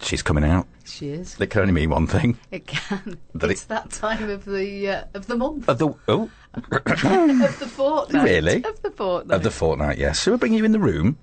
She's coming out. She is. It can only mean one thing. It can. That it's it- that time of the uh, of the month Of the oh, of the fortnight. Really? Of the fortnight. of the fortnight. Yes. So we're bringing you in the room.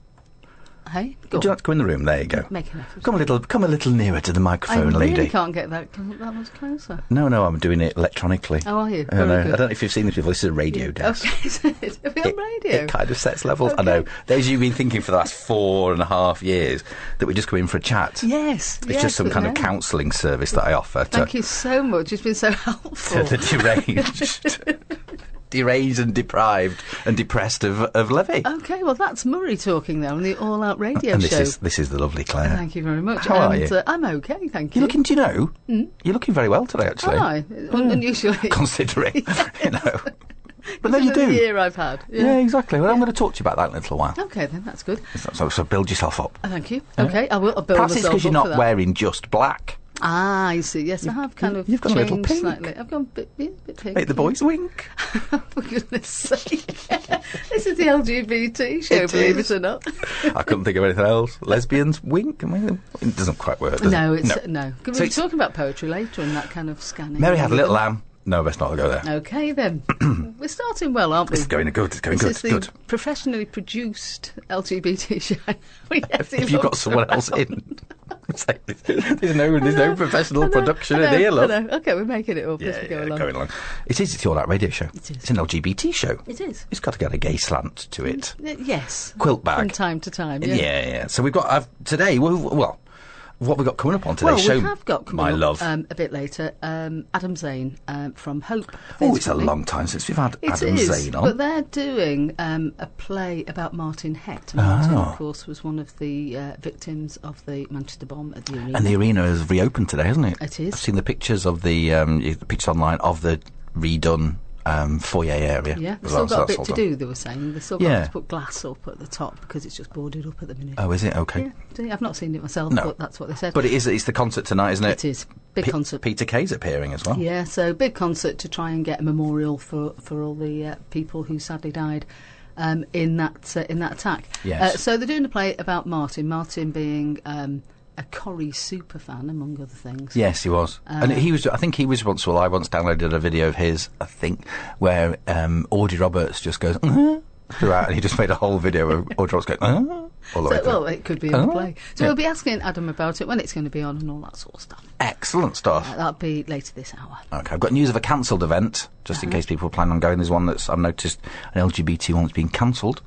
Hey, go Would you on. like to come in the room? There you go. Make an effort. Come a little. Come a little nearer to the I microphone, really lady. can't get that cl- that much closer. No, no, I'm doing it electronically. How are you? I don't, know. Oh, Very I good. don't know if you've seen this before. This is a radio desk. Okay, so it's are we on It, radio. it kind of sets levels. I know. Okay. Those you've been thinking for the last four and a half years that we're just coming for a chat. yes, It's just some kind of counselling service that I offer to, Thank you so much. It's been so to helpful. the deranged, deranged and deprived and depressed of, of Levy. okay, well that's Murray talking there on the All Out Radio and this show. is this is the lovely Claire. Thank you very much. How are and, you? Uh, I'm okay, thank you. You're looking. Mm. Do you know? Mm. You're looking very well today, actually. Am I? Un- Unusually. Considering, you know. But no, Because you of The do. year I've had. Yeah, exactly. Well, I'm going to talk to you about that in a little while. Okay, then that's good. So- So, so build yourself up. Uh, Thank you. Okay, I will I'll build Perhaps it's myself because you're up not for that. wearing just black. Ah, I see. Yes, I have kind of you've gone a little changed pink. slightly. I've gone a bit, yeah, a bit pink. Make the yeah. boys wink. For goodness sake. this is the LGBT show, It believe is. it or not. I couldn't think of anything else. Lesbians wink. I mean, it doesn't quite work. Does No, it? it's no. We're So it's- talking about poetry later and that kind of scanning. Mary had a little lamb. No, best not go there. Okay then, we're starting well, aren't we? It's going good. It's going This good. is it's the good. professionally produced LGBT show. We If, actually if you've got looked someone else around. in, It's like, there's no, there's I no know, professional I know, production I know, in here, love. I know. Okay, we're making it up Yeah, as we go yeah, along. going along. It is. It's the All Out Radio Show. It is. It's an LGBT show. It is. It's got to get a gay slant to it. Y- Yes. Quilt From bag. time to time. Yeah, Yeah. yeah. So we've got I've, today. Well, well, what we got coming up on today's well, show? we have got coming my up, love. um, a bit later. Um, Adam Zane um, from Hope. oh, it's a Company. long time since we've had It is, Adam Zane But on. they're doing um, a play about Martin Hett. Martin, Oh. of course, was one of the uh, victims of the Manchester bomb at the Arena. And the arena has reopened today, hasn't it? It is. I've seen the pictures of the um, y- the pictures online of the redone um, foyer area. yeah, they've As still well, so got a that's bit all to done. do, they were saying. They've still Yeah. got to put glass up at the top because it's just boarded up at the minute. Oh, is it okay? yeah, see, I've not seen it myself, No. but that's what they said. But it is. It's the concert tonight, isn't it? it is. Big Pe- concert. Peter Kay's appearing as well. Yeah, so big concert to try and get a memorial for, for all the uh, people who sadly died um, in that uh, in that attack. Yes. Uh, so they're doing a play about Martin. Martin being um, a Corrie super fan, among other things. Yes, he was, and Um, he was. I think he was once. Well, I once downloaded a video of his. I think where um, Audie Roberts just goes "Uh-huh," throughout, and he just made a whole video of Audie Roberts going "Uh-huh," all the way So, through. well, it could be in the Oh, play. So yeah. we'll be asking Adam about it when it's going to be on and all that sort of stuff. Excellent stuff. Uh, That'll be later this hour. Okay, I've got news of a cancelled event, just Uh-huh. in case people plan on going. There's one that's I've noticed an LGBT one that's been cancelled,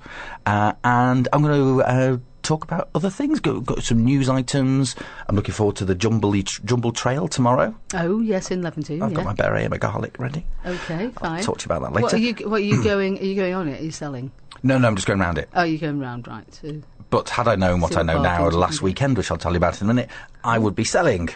uh, and I'm going to uh, talk about other things. Got, got some news items. I'm looking forward to the Jumble Jumble Trail tomorrow. Oh yes, in Leventon. I've yeah. got my beret and my garlic ready. okay, fine. talk to you about that What later. are you? What are you going? Are you going on it? Are you selling? No, no, I'm just going round it. Oh, you're going round right. To, But had I known what See I know what now bargains you last can get. weekend, which I'll tell you about in a minute, I would be selling.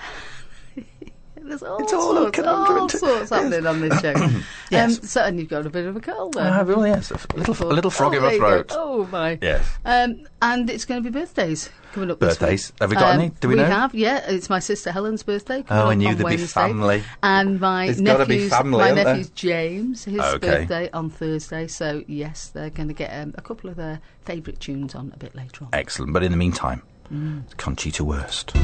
There's all It's all a sorts, conundrum, all too. sorts happening on this show. Yes. um, so, and you've got a bit of a cold there. I have, oh yes, a f- little, a little frog oh, in my there you go. throat. Oh my! Yes. Um, and it's going to be birthdays coming up. this week. Um, Birthdays. Have we got any? Do we know? have. Yeah, it's my sister Helen's birthday. Oh, Coming I up knew on there'd be Wednesday. family. And my There's gotta nephew's be family, my isn't there? nephew's James. His Okay. birthday on Thursday. So yes, they're going to get um, a couple of their favourite tunes on a bit later on. Excellent. But in the meantime, Mm. Conchita Wurst.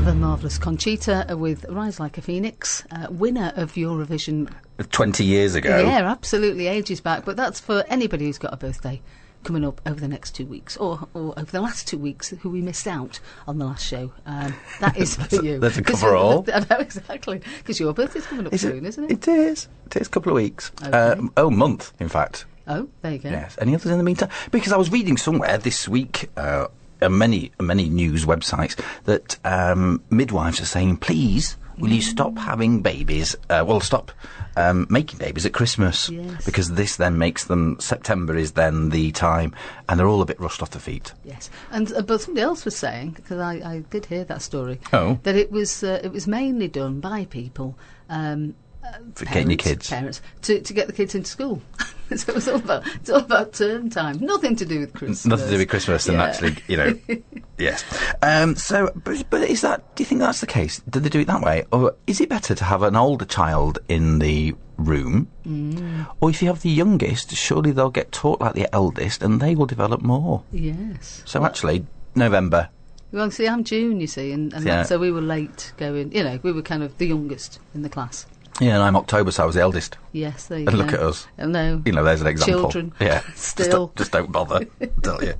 The marvellous Conchita with "Rise Like a Phoenix," uh, winner of Eurovision 20 years ago. Yeah, absolutely, ages back. But that's for anybody who's got a birthday coming up over the next two weeks, or, or over the last two weeks, who we missed out on the last show. Um, that is for you. that's a 'Cause cover-all. I know exactly because your birthday's coming up Is soon, is isn't It it? is. It is a couple of weeks. Okay. Um, oh, month, in fact. Oh, there you go. Yes. Any others in the meantime? Because I was reading somewhere this week, uh, uh, many many news websites, that um, midwives are saying, please, will you stop having babies? Uh, well, stop um, making babies at Christmas. Yes. Because this then makes them, September is then the time, and they're all a bit rushed off the feet. Yes, and uh, but somebody else was saying because I, I did hear that story. Oh. that it was uh, it was mainly done by people. Um, uh, For getting your kids. parents, to, to get the kids into school. so it was all about it's all about term time, nothing to do with Christmas. Nothing to do with Christmas, and Yeah. actually, you know, yes. Um, so, but, but is that? Do you think that's the case? Did they do it that way, or is it better to have an older child in the room? Mm. Or if you have the youngest, surely they'll get taught like the eldest, and they will develop more. Yes. So actually, November. Well, see, I'm June, you see, and, and Yeah. that- so we were late going. You know, we were kind of the youngest in the class. Yeah, and I'm October, so I was the eldest. Yes, there you And go. look at us. Oh, No, You know, there's an example. Children. Yeah. Just, Still. don't- just don't bother. I tell you.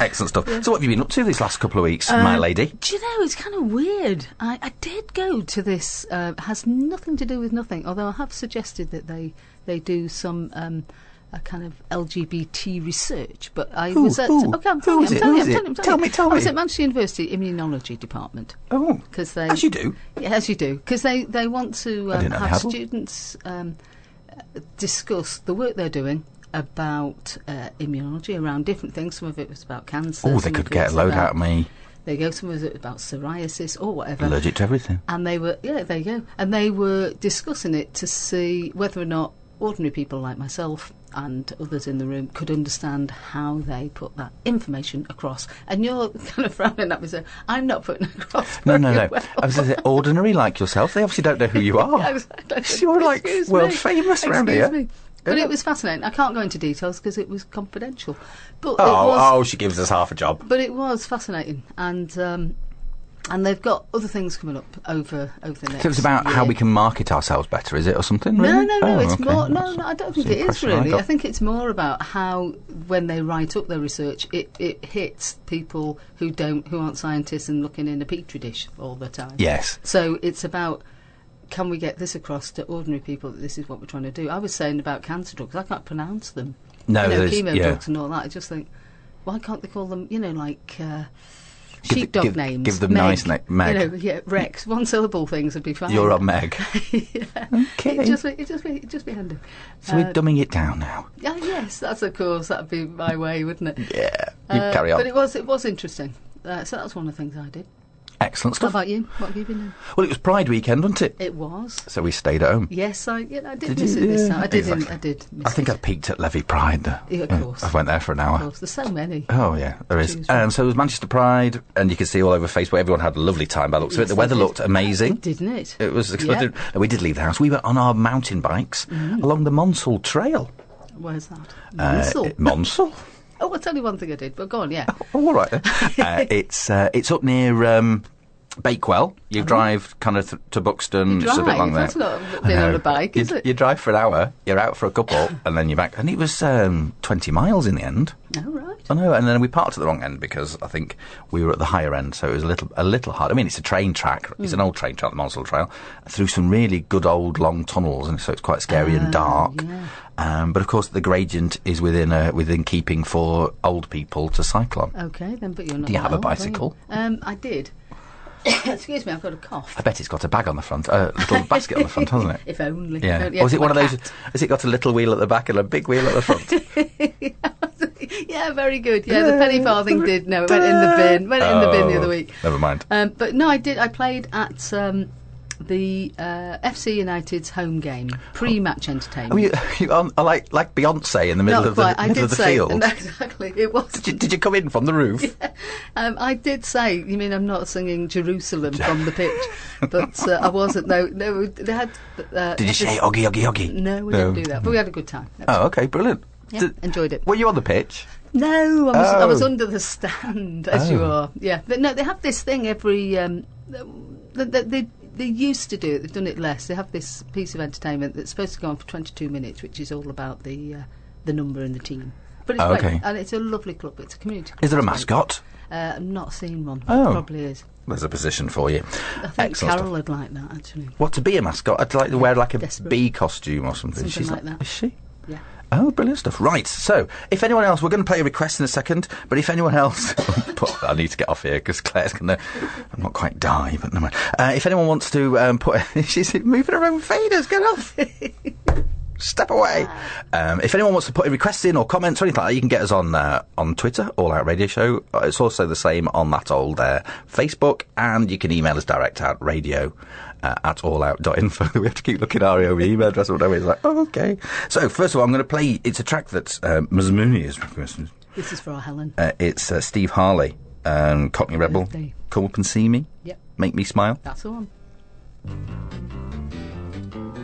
Excellent stuff. So, what have you been up to these last couple of weeks, Um, my lady? Do you know, it's kind of weird. I, I did go to this, uh, has nothing to do with nothing, although I have suggested that they, they do some um, a kind of LGBT research. But I Who- was at. who? Okay, I'm Who telling is you, it? I'm telling Who you, is I'm it? telling you, I'm telling Tell you. me, tell I was me. at Manchester University Immunology Department. Oh. 'Cause they- As you do. Yeah, as you do, because they, they want to I um, didn't know they have had one. students um, uh, discuss the work they're doing about uh, immunology around different things. Some of it was about cancer. Oh, they some could of get it's a load out about- of me. There you go. Some of it was about psoriasis or whatever. Allergic to everything. And they were, yeah, there you go. And they were discussing it to see whether or not ordinary people like myself and others in the room could understand how they put that information across. And you're kind of frowning at me, so I'm not putting it across. No, no, very no. well. I was going to say, ordinary like yourself. They obviously don't know who you are. I was- I don't- You're like excuse world me. famous around Excuse here. me. But Yeah. it was fascinating. I can't go into details because it was confidential. But it Oh, was, oh, she gives us half a job. But it was fascinating, and um, and they've got other things coming up over over the next. So it's about how year. we can market ourselves better, is it, or something? Really? No, no, no. Oh, it's okay. more. No, That's- no. I that's don't think the it is impression I really. I, got. think it's more about how when they write up their research, it, it hits people who don't who aren't scientists and looking in a petri dish all the time. Yes. So it's about can we get this across to ordinary people that this is what we're trying to do? I was saying about cancer drugs, I can't pronounce them. No, you know, there's- chemo yeah. drugs and all that. I just think, why can't they call them, you know, like uh, the- sheepdog give- names? give them nice na- Meg. You know, yeah, Rex. One syllable things would be fine. You're a Meg. yeah. Okay. It just, it just, it just be handy. So we're dumbing it down now. Oh, yes, that's of course that'd be my way, wouldn't it? Yeah. You Uh, carry on. But it was, it was interesting. Uh, so that's one of the things I did. Excellent How stuff. about you? What have you been doing? Well, it was Pride weekend, wasn't it? It was. So we stayed at home. Yes, I yeah, I did, Did miss you? it this Yeah, time. I did. exactly. I did. Miss I think it. I peaked at Levy Pride. though. Yeah, of course. I went there for an Of hour. course, there's so many. Oh yeah, there is. Choose one. Um, so it was Manchester Pride, and you can see all over Facebook everyone had a lovely time. By the looks of it, Yes, the they weather did. looked amazing. Didn't it? It was. Yeah. Mm. exciting. And We did leave the house. We were on our mountain bikes along the Monsal Trail. Where's that? Uh, Missile. it- Monsal. oh, I'll tell you one thing I did. But go on, yeah. Oh, all right then. uh, it's uh, it's up near um, Bakewell. You drive kind of th- to Buxton. Uh-huh. You It's a bit drive? long there. That's not I being on know. a bike, you, is it? You drive for an hour. You're out for a couple, and then you're back. And it was um, twenty miles in the end. All right. I know, and then we parked at the wrong end because I think we were at the higher end, so it was a little a little hard. I mean, it's a train track; it's Hmm. an old train track, the Monsal Trail, through some really good old long tunnels, and so it's quite scary Ah, and dark. yeah. Um, but of course, the gradient is within uh within keeping for old people to cycle on. Okay, then. But you're not. Do you have that a old, are you? bicycle? Um, I did. Excuse me, I've got a cough. I bet it's got a bag on the front, a little basket on the front, hasn't it? If only. Yeah. If only I Or is had it one of my those? Has it got a little wheel at the back and a big wheel at the front? cat. yeah, very good. Yeah, the penny farthing did. No, it went in the bin. Went in the bin the Oh, other week. Never mind. Um, but no, I did. I played at um, the uh, FC United's home game, pre-match entertainment. I mean, Oh. you, you, I like like Beyonce in the middle Not of the quite. I middle did of the say field. no, exactly. It was. Did you, did you come in from the roof? Um, I did say. You mean I'm not singing Jerusalem from the pitch? But uh, I wasn't. No, no. They had. Uh, Did you say oh? oggy oggy oggy? No, we didn't do that. But we had a good time. That was- Oh, okay, brilliant. Yeah, Did- enjoyed it. Were you on the pitch? No, I was, I was Oh. under the stand as you Oh. are. Yeah, but no, they have this thing every. Um, they, they, they, they used to do it. They've done it less. They have this piece of entertainment that's supposed to go on for 22 minutes, which is all about the uh, the number and the team. But it's Oh, great, okay. and it's a lovely club. It's a community. Club. Is there a It's great. mascot? Uh, I've not seen one. Oh. probably is. There's a position for you. I think Excellent. Carol stuff. would like that actually. What to be a mascot? I'd like to wear like a Desperate. bee costume or something. Something She's like that. Is she? Yeah. Oh, brilliant stuff. Right, so if anyone else, we're going to play a request in a second, but if anyone else, put, I need to get off here because Claire's going to, I'm not quite die, but no mind. Uh, if anyone wants to um, put, she's moving her own faders, get off. Step away. Um, if anyone wants to put a request in or comments or anything like that, you can get us on uh, on Twitter, All Out Radio Show. Uh, It's also the same on that old uh, Facebook, and you can email us direct at radio uh, at allout.info. we have to keep looking at our email address or whatever. It's like, oh, okay. So, first of all, I'm going to play, it's a track that uh, Ms. Mooney has requested. This is for our Helen. Uh, it's uh, Steve Harley, um, Cockney Rebel. Birthday. Come up and see me. Yep. Make me smile. That's the one.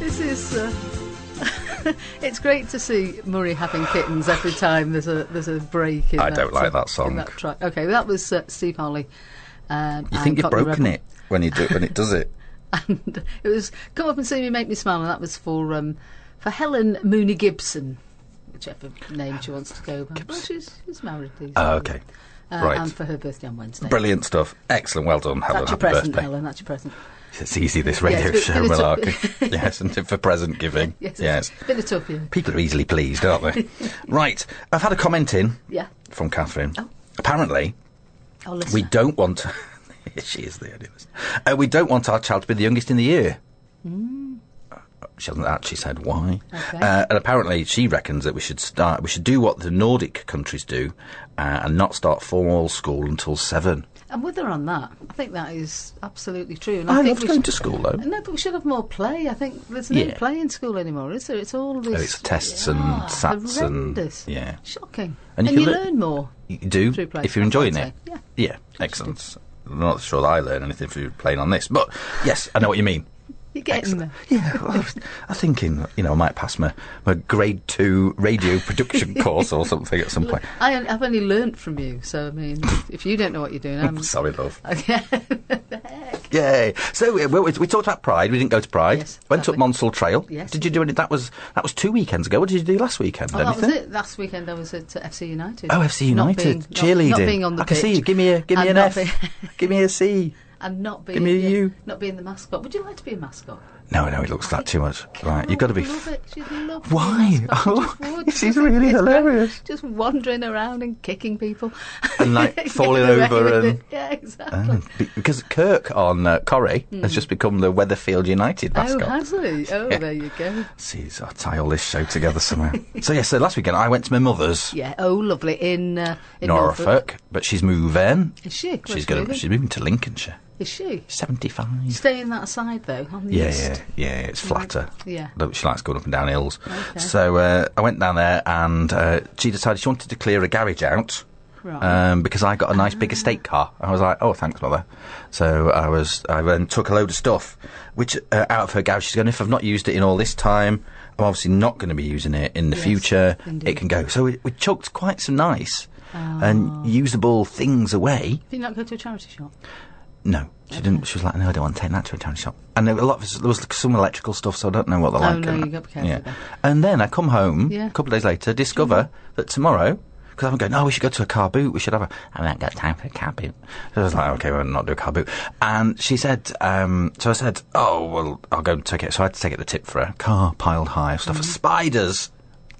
this is. Uh, it's great to see Murray having kittens every time there's a there's a break. In I that, don't like uh, that song. In that track. Okay, that was uh, Steve Harley. Um, You and think you've Cotton broken Rebel. it when you do when it does it. And it was "Come Up and See Me, Make Me Smile," and that was for um, for Helen Mooney Gibson, whichever name she wants to go by. Well, she's, she's married these Oh, days. okay. Uh, Right. And for her birthday on Wednesday. Brilliant stuff. Excellent. Well done, Helen. That's your Happy present, birthday. Helen. That's your present. It's easy, this Yeah, radio it's show been- been a tough- malarkey. yes, and for present giving. Yes. yes. It's a bit of tough, yeah. People are easily pleased, aren't they? right. I've had a comment in Yeah. from Catherine. Oh. Apparently, Oh, listen. we don't want. she is the only listener. Uh, we don't want our child to be the youngest in the year. Uh, She hasn't actually said why. Hmm. Okay. Uh, and apparently, she reckons that we should start. We should do what the Nordic countries do, uh, and not start formal school until seven. And with her on that, I think that is absolutely true. And I, I, think loved we going should, to school though. No, but we should have more play. I think there's no Yeah. Oh, play in school anymore, is there? It's all this. it's tests Ah, and sats and- horrendous. yeah. Shocking. And And you you, can lear- learn more You do through play. if you're enjoying I'd it. say. Yeah. Yeah, excellent. I'm not sure that I learned anything from you playing on this, but yes, I know what you mean. You're getting Excellent. there. Yeah, well, I was I'm thinking, you know, I might pass my, my grade two radio production course or something at some point. I, I've only learnt from you, so I mean, if you don't know what you're doing, I'm. Sorry, love. Okay. Yay! So we, we, we talked about Pride. We didn't go to Pride. Yes, Went up lovely. Monsall Trail. Yes. Did you do any? That was that was two weekends ago. What did you do last weekend? Well, that Anything? was it. Last weekend I was at uh, FC United. Oh, FC Not United being- not- cheerleading. Not, being on the I can pitch see you. Give me a give me And an F. not being- give me a C. and not being Give me a yeah, U. not being the mascot. Would you like to be a mascot? No, no, it looks like too much. Right, you've You've got to be. Love it. She'd love to be a Why? mascot. She just Oh, would. this is Just- really it's great. hilarious. Just wandering around and kicking people, And, like, Getting falling away over with and- it. yeah, exactly. Oh, be- because Kirk on uh, Corrie has just become the Weatherfield United mascot. Hmm. Oh, has he? Oh, there you go. Jeez, I'll tie all this show together somehow. so, yeah, so last weekend I went to my mother's, Yeah. Oh, lovely. In uh, in Norfolk, but she's moving. Is she? Where's She's she going. moving? She's moving to Lincolnshire. Is she? Seventy-five. Staying that side though. On the Yeah, east. yeah, yeah. It's flatter. Yeah. Look, She likes going up and down hills. Okay. So uh, I went down there, and uh, she decided she wanted to clear a garage out. Right. Ah. um, because I got a nice big estate car. I was like, oh, thanks, mother. So I was, I then took a load of stuff, which uh, out of her garage. She's going, if I've not used it in all this time, I'm obviously not going to be using it in the Yes, future. It indeed. can go. So we, we chucked quite some nice Ah. and usable things away. Did you not go to a charity shop? No, she didn't. She was like, no, I don't want to take that to a town shop. And there were a lot of there was some electrical stuff, so I don't know what they're Oh, like. no, and- you got to be careful yeah. there. And then I come home Yeah. Mm-hmm. a couple of days later, discover that tomorrow. Because I'm going, oh, we should go to a car boot. We should have a. I haven't got time for a car boot. So I was like, okay, we'll not do a car boot. And she said, um, so I said, oh, well, I'll go and take it. So I had to take it the tip for a car piled high of stuff. Mm-hmm. Spiders!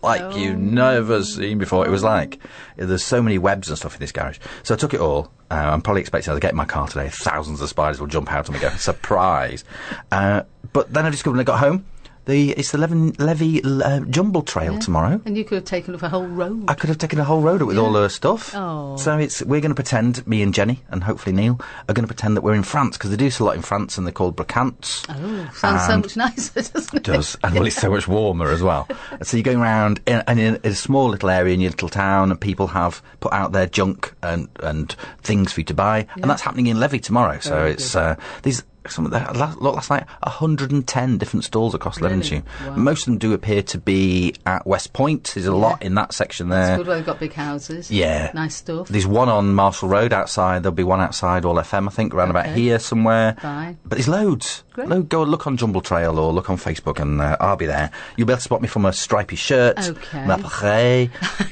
Like Oh, you never seen before. It was like, there's so many webs and stuff in this garage. So I took it all. Uh, I'm probably expecting I'll get in my car today. Thousands of spiders will jump out on me go, surprise. Uh, but then I discovered when I got home, the it's the Levin, Levy uh, Jumble Trail tomorrow. And you could have taken up a whole road. I could have taken a whole road with all her stuff. Oh. So it's we're going to pretend me and Jenny and hopefully Neil are going to pretend that we're in France because they do this a lot in France and they're called bracants. Oh, sounds so And- much nicer, doesn't it? does, and well, it's so much warmer as well. So you're going around in, and in a small little area in your little town, and people have put out their junk and and things for you to buy, and that's happening in Levy tomorrow. So Very it's uh, these. Some of the la- look last night, 110 different stalls across Really? Levenshire. Wow. Most of them do appear to be at West Point. There's a lot in that section there. It's good where they've got big houses. Yeah. Nice stuff. There's one on Marshall Road outside. There'll be one outside All FM, I think, around about Okay. here somewhere. Fine. But there's loads. Great. Lo- go look on Jumble Trail or look on Facebook, and uh, I'll be there. You'll be able to spot me from a stripy shirt, Okay. my pare,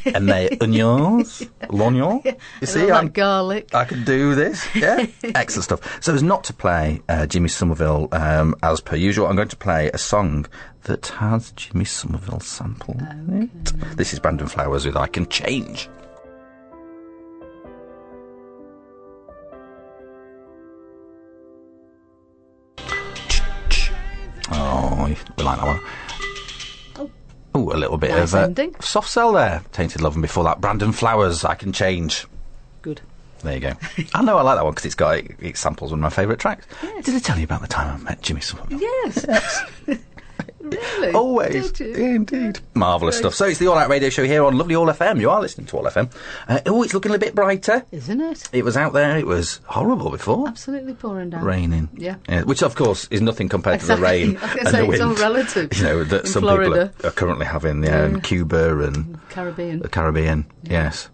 and my onions, l'oignon. You And see, um, uh, all that I'm garlic. I can do this. Yeah. Excellent stuff. So, as not to play uh, Jimmy Somerville um, as per usual, I'm going to play a song that has Jimmy Somerville sample. in it. This is Brandon Flowers with I Can Change. Oh, we like that one. Oh, a little bit Nice of uh, ending. soft sell there. Tainted Love, and before that, Brandon Flowers, I Can Change. Good. There you go. I know I like that one because it's got it, it samples one of my favourite tracks. Did I tell you about the time I met Jimmy Somerville? Yes. Really? Always. Did you? Yeah, indeed. Marvellous Great. stuff. So it's the All Out Radio Show here on Lovely All FM. You are listening to All FM. Uh, oh, it's looking a bit brighter. Isn't it? It was out there. It was horrible before. Absolutely pouring down. Raining. Yeah. Which, of course, is nothing compared Exactly. to the rain I was gonna and say, the it's wind. all relative You know, that in some Florida. people are, are currently having. Yeah, and Cuba and Caribbean. the Caribbean. Yes.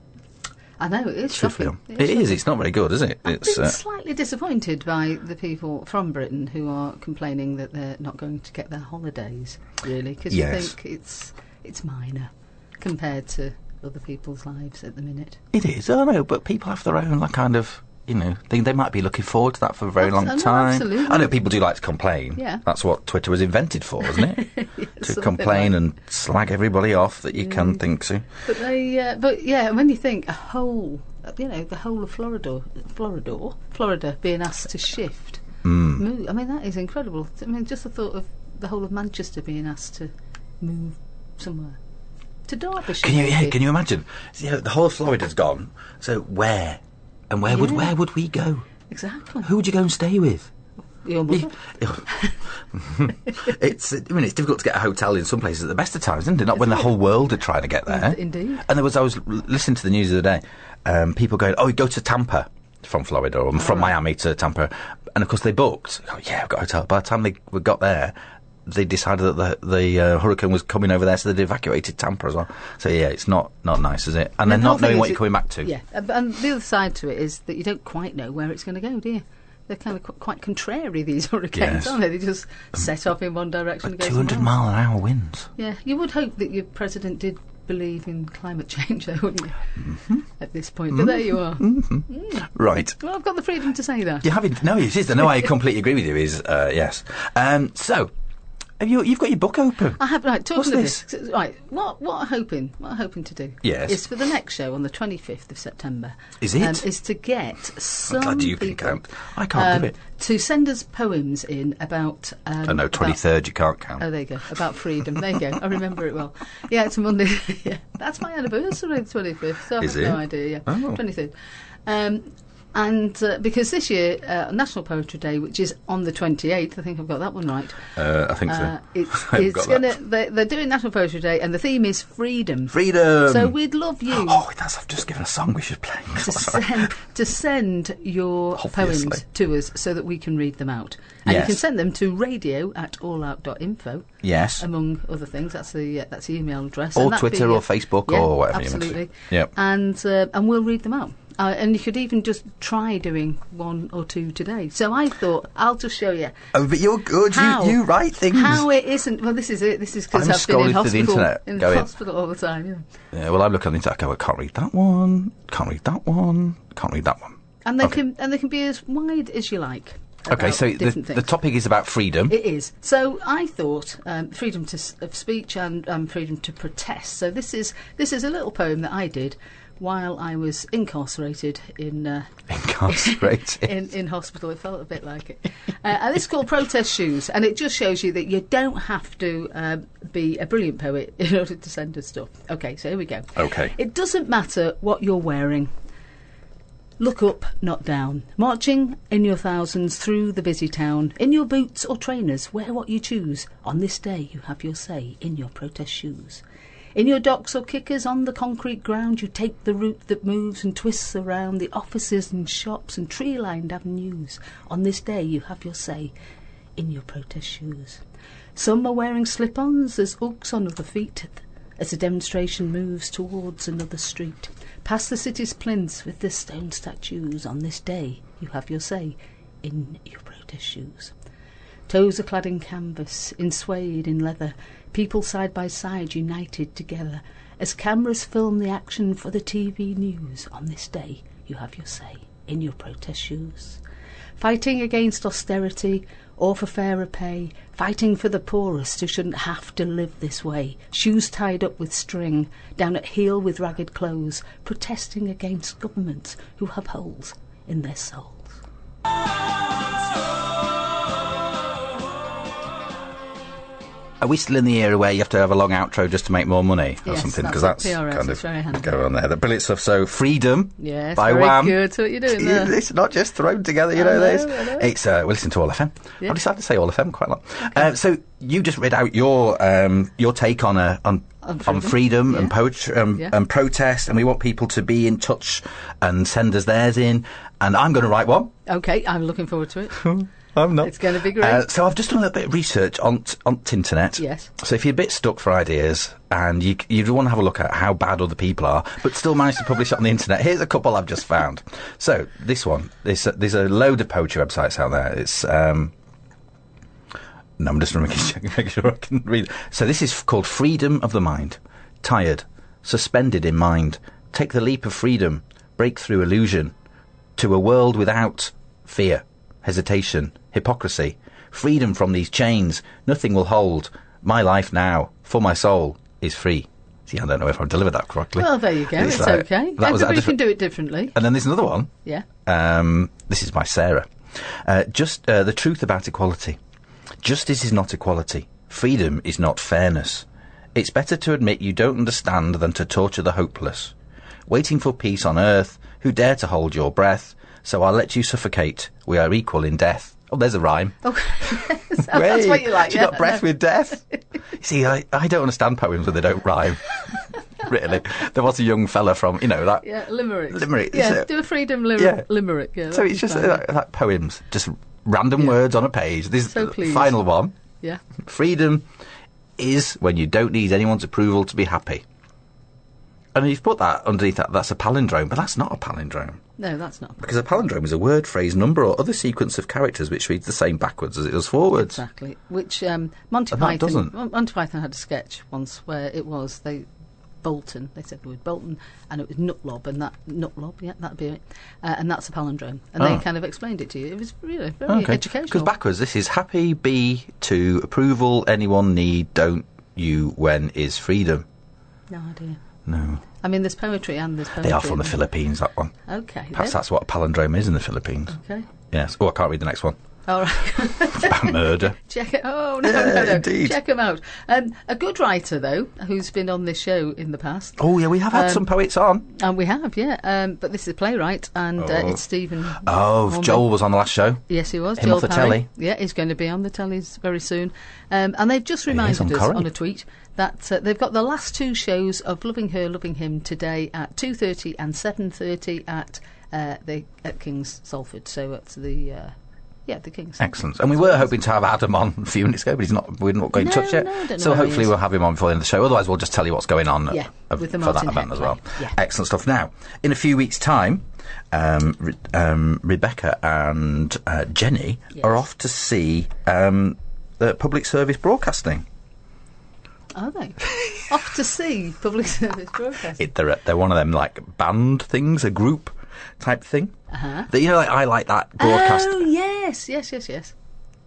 I know, it is Truthfully. shocking. It is. It's not very good, is it? I've It's. uh, been slightly disappointed by the people from Britain who are complaining that they're not going to get their holidays, really, because Yes. you think it's it's minor compared to other people's lives at the minute. It is. oh, I know, but people have their own like kind of. You know, they, they might be looking forward to that for a very Abs- long oh, no, time. absolutely. I know people do like to complain. Yeah. That's what Twitter was invented for, wasn't it? to Something complain like- Mm. and slag everybody off that you can think to. But they, uh, but yeah, when you think a whole, you know, the whole of Florida, Florida, Florida being asked to shift, Mm. Hmm. move. I mean, that is incredible. I mean, just the thought of the whole of Manchester being asked to move somewhere to Derbyshire. Can you? maybe. Yeah. Can you imagine? You know, the whole of Florida's gone. So where? And where would Yeah. where would we go? Exactly. Who would you go and stay with? Your mother. it's. I mean, it's difficult to get a hotel in some places at the best of times, isn't it? Not when the whole world are trying to get there. Indeed. And there was. I was l- listening to the news the other day. Um, people going, "Oh, go to Tampa from Florida or Oh, from Miami to Tampa," and of course they booked. Oh, yeah, I've got a hotel. By the time they w- got there. They decided that the the uh, hurricane was coming over there, so they evacuated Tampa as well. So yeah, it's not not nice, is it? And then the whole not knowing thing what is you're it- coming back to. Yeah, and- and the other side to it is that you don't quite know where it's going to go, do you? They're kind of qu- quite contrary these hurricanes, Yes. Um, aren't they? They just set off in one direction and go Two somewhere hundred else. mile an hour winds. Yeah, you would hope that your president did believe in climate change, though, wouldn't you? Mm-hmm. At this point, but there you are. Right. Well, I've got the freedom to say that. You haven't. No, it is. No, I completely agree with you. Is uh, yes. Um, so, have you? You've got your book open. I have right. Talking What's of this? this, right? What what I'm hoping what I'm hoping to do Yes. is for the next show on the 25th of September. um, Is it? is to get some glad you can people, count. I can't do um, it. To send us poems in about. Um, Oh no, twenty about- third. You can't count. Oh, there you go. About freedom. There you go. I remember it well. Yeah, it's a Monday. yeah, that's my anniversary, the 25th. So I Is have it? no idea. Yeah, Oh. 23rd. Um, and uh, because this year, uh, National Poetry Day, which is on the 28th, I think I've got that one right. uh, I think so. Uh, it's I've it's got going that. to, they're, they're doing National Poetry Day, and the theme is freedom. Freedom. So we'd love you Oh, that's. I've just given a song we should play. to Sorry. send, to send your Obviously. poems to us so that we can read them out. And you Yes. can send them to radio at allout.info Yes. among other things. That's the uh, that's the email address. Or And that'd Twitter or Facebook yeah, or whatever you want to. Absolutely. Yep. And uh, and we'll read them out. Uh, and you could even just try doing one or two today. So I thought I'll just show you oh, but you're good. how You you write things. How it isn't. Well, this is it. This is because Hmm. I'm I've been scrolling through in the hospital internet, in going- hospital all the time. Yeah. Yeah, well, I'm looking on the internet. I go, I can't read that one. Can't read that one. Can't read that one. And they Okay. can and they can be as wide as you like. Okay, about so the, different the things. topic is about freedom. It is. So I thought um, freedom to, s- of speech and um, freedom to protest. So this is this is a little poem that I did while I was incarcerated in uh, Incarcerated. in, in hospital. It felt a bit like it. Uh, and it's called Protest Shoes, and it just shows you that you don't have to um, be a brilliant poet in order to send us stuff. Okay, so here we go. Okay. It doesn't matter what you're wearing. Look up, not down. Marching in your thousands through the busy town. In your boots or trainers, wear what you choose. On this day, you have your say in your protest shoes. In your docks or kickers on the concrete ground, you take the route that moves and twists around the offices and shops and tree lined avenues. On this day, you have your say in your protest shoes. Some are wearing slip ons as Uggs on other feet as the demonstration moves towards another street. Past the city's plinths with their stone statues, on this day you have your say in your protest shoes. Toes are clad in canvas, in suede, in leather, people side by side united together. As cameras film the action for the TV news, on this day you have your say in your protest shoes. Fighting against austerity or for fairer pay, fighting for the poorest who shouldn't have to live this way, shoes tied up with string, down at heel with ragged clothes, protesting against governments who have holes in their souls. Are we still in the era where you have to have a long outro just to make more money or Yes, something? that's Because it. that's, PRS, kind it's very handy. of going on there. The brilliant stuff. So freedom. Yes, by very Wham. good. So what you're doing there. It's not just thrown together, you I know. know, this. I know. It's uh, we listen to All FM. Yeah. I decided to say All FM quite a lot. Uh, so you just read out your um, your take on uh, on On on freedom, freedom and yeah. poetry um, Yeah. and protest, and we want people to be in touch and send us theirs in. And I'm going to write one. Okay, I'm looking forward to it. I'm not. It's gonna be great. Uh, so I've just done a little bit of research on t- on Tinternet. Yes. So if you're a bit stuck for ideas and you c- you want to have a look at how bad other people are, but still manage to publish it on the internet, here's a couple I've just found. So this one, there's a, there's a load of poetry websites out there. It's um. No, I'm just making sure, making sure I can read. So this is called Freedom of the Mind. Tired, suspended in mind, take the leap of freedom, break through illusion, to a world without fear, hesitation, hypocrisy, freedom from these chains. Nothing will hold. My life now, for my soul, is free. See, I don't know if I've delivered that correctly. Well, there you go. It's, like- okay. that was a Everybody different- can do it differently. And then there's another one. Yeah. Um, this is by Sarah. Uh, just uh, the truth about equality. Justice is not equality. Freedom is not fairness. It's better to admit you don't understand than to torture the hopeless. Waiting for peace on earth, who dare to hold your breath? So I'll let you suffocate. We are equal in death. Oh, there's a rhyme. Okay. so that's what Wait, you like. She yeah. got breath with death. See, I, I don't understand poems when they don't rhyme. really, there was a young fella from you know that Yeah, limerick. Limerick, Yeah, so- do a freedom limerick. Yeah. limerick. Yeah, So that'd it's be just uh, fine. like, like poems, just random words on a page. This is So the pleased. final one. yeah. Freedom is when you don't need anyone's approval to be happy. And you've put that underneath that, that's a palindrome, but that's not a palindrome. No, that's not Because a palindrome is a word, phrase, number, or other sequence of characters which reads the same backwards as it does forwards. exactly. Which um, Monty And Oh, that Python doesn't. Mon- Monty Python had a sketch once where it was they Bolton. They said the word Bolton, and it was nutlob, and that nutlob. Yeah, that'd be it. Uh, and that's a palindrome. And Ah. they kind of explained it to you. It was really very Because educational. backwards, this is happy, be, to, approval, anyone, need, don't, you, when, is freedom. no idea. No. I mean, there's poetry and there's poetry. They are from the in Philippines, that one. there. Okay. Perhaps then. that's what a palindrome is in the Philippines. Okay. Yes. Oh, I can't read the next one. All right. About murder. Check it. Oh no, Yeah, no, no. indeed. Check him out. Um, a good writer though, who's been on this show in the past, Oh, yeah, we have had Um, some poets on. and we have, yeah. Um, but this is a playwright, and uh, Oh. it's Stephen. Oh, Hornby. Joel was on the last show. Yes, he was. Him Joel off the Parry. telly. Yeah, he's going to be on the tellies very soon. Um, and they've just is reminded on us Current. on a tweet that uh, they've got the last two shows of Loving Her, Loving Him today at two thirty and seven thirty at uh, the at King's Salford. So at the uh, yeah the King's. Excellent. And we were hoping to have Adam on a few minutes ago, but he's not. We're not going to No, touch yet. no, I don't know so where he hopefully is. we'll have him on before the end of the show. Otherwise, we'll just tell you what's going on Yeah, of- with the for that Martin event Heck as well. play. Yeah. Excellent stuff. Now, in a few weeks' time, um, Re- um, Rebecca and uh, Jenny Yes. are off to see um, the public service broadcasting. Are they off to sea public service broadcast? it, they're they're one of them like band things, a group type thing. Uh-huh. That you know, like I like that broadcast. Oh yes, yes, yes, yes.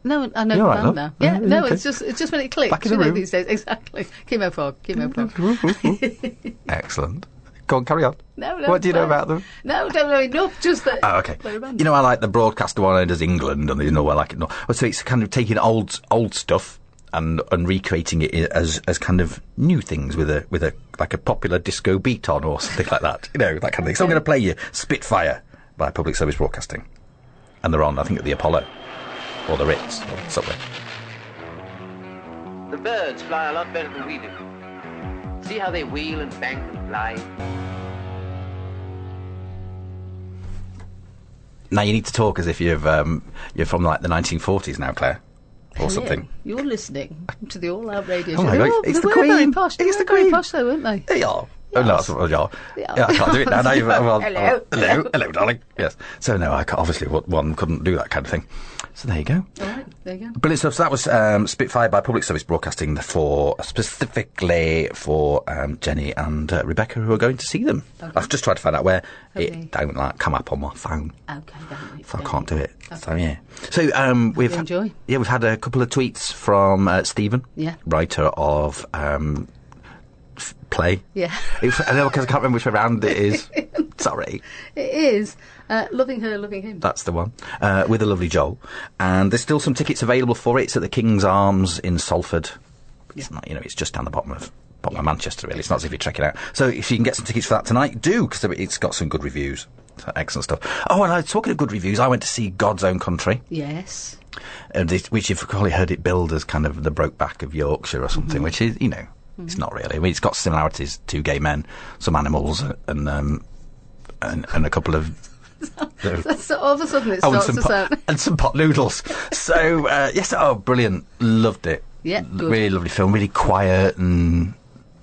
No, I know You're the right, band love. now. Yeah, Yeah, no, okay. it's just it's just when it clicks. Back in you the know room. Mm-hmm. these days exactly. Chemopog, chemopog. Excellent. Go on, carry on. No, no. what do you know fine. about them? No, don't know enough. Just that. Oh, okay. they're a band. You know, I like the broadcaster one. It does England, and you know, I like it. not. So it's kind of taking old old stuff and and recreating it i- as as kind of new things with a with a like a popular disco beat on or something like that. You know, that kind of thing. So I'm going to play you Spitfire by Public Service Broadcasting, and they're on, I think, at the Apollo or the Ritz or somewhere. The birds fly a lot better than we do. See how they wheel and bank and fly. Now you need to talk as if you've um, you're from like the 1940s now, Claire, or Hello. something. You're listening to the All Out Radio Oh Show. my God, Oh, it's they the were Very Queen. posh. They It's were the Very Queen. posh, though, weren't they? There you are. Oh, no, Yes. that's what you are. Yeah. Yeah, I can't do it now. now you've, well, Hello. hello, hello, darling. Yes. So no, I ca obviously what- one couldn't do that kind of thing. So there you go. All right, there you go. Brilliant stuff. So that was um, Spitfire by Public Service Broadcasting for specifically for um, Jenny and uh, Rebecca who are going to see them. I've just tried to find out where Okay. it don't like come up on my phone. Okay, then. So I can't do it. So yeah. So um, we've you enjoy? yeah we've had a couple of tweets from uh, Stephen, Yeah. writer of um, f- play. Yeah. If, I know because I can't remember which way round it is. Sorry, It is uh, loving her, loving him. that's the one uh, with a lovely Joel. And there's still some tickets available for it. It's at the King's Arms in Salford. It's not, you know, it's just down the bottom of bottom of Manchester. Really, it's not as if you're trekking out. So if you can get some tickets for that tonight, do because it's got some good reviews. So excellent stuff. Oh, and I talking of good reviews, I went to see God's Own Country, Yes. uh, this, which you've probably heard it billed as kind of the Brokeback of Yorkshire or Mm-hmm. something, which is you know. It's not really. I mean, it's got similarities to gay men, some animals, uh, and um, and, and a couple of So all of a sudden it Oh, and starts some, to pot, sound. and some pot noodles. So uh, yes, oh, brilliant! Loved it. Yeah, L- good. really lovely film. Really quiet and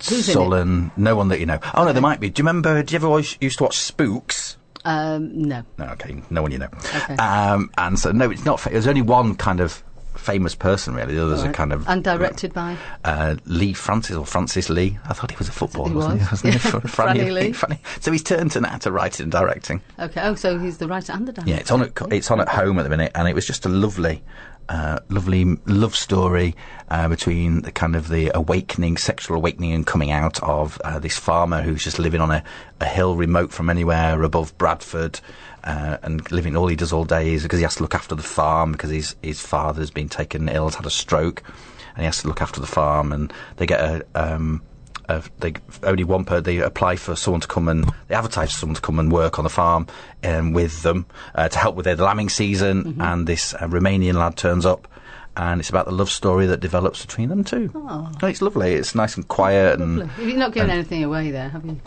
Who's in it? sullen. No one that you know. Oh no, there might be. Do you remember? Do you ever watch, used to watch Spooks? Um, no. No, okay, no one you know. Okay. Um, and so no, it's not. Fa- there's only one kind of famous person really. The others are Right. kind of and directed by uh, Lee Francis or Francis Lee. I thought he was a footballer, He wasn't he? was. Wasn't he? Yeah. Fr- Franny- Franny Lee. Franny. So he's turned to now to writing and directing. okay oh so he's the writer and the director Yeah, it's on at it's on at home at the minute, and it was just a lovely, uh, lovely m- love story uh, between the kind of the awakening, sexual awakening, and coming out of uh, this farmer who's just living on a, a hill remote from anywhere above Bradford, uh, and living all he does all day is because he has to look after the farm because his his father's been taken ill, has had a stroke, and he has to look after the farm, and they get a. Um, uh, they only one per they apply for someone to come and they advertise for someone to come and work on the farm um, with them uh, to help with their lambing season Mm-hmm. and this uh, Romanian lad turns up and it's about the love story that develops between them too Oh. And it's lovely it's nice and quiet and Lovely. you're not giving Um, anything away there have you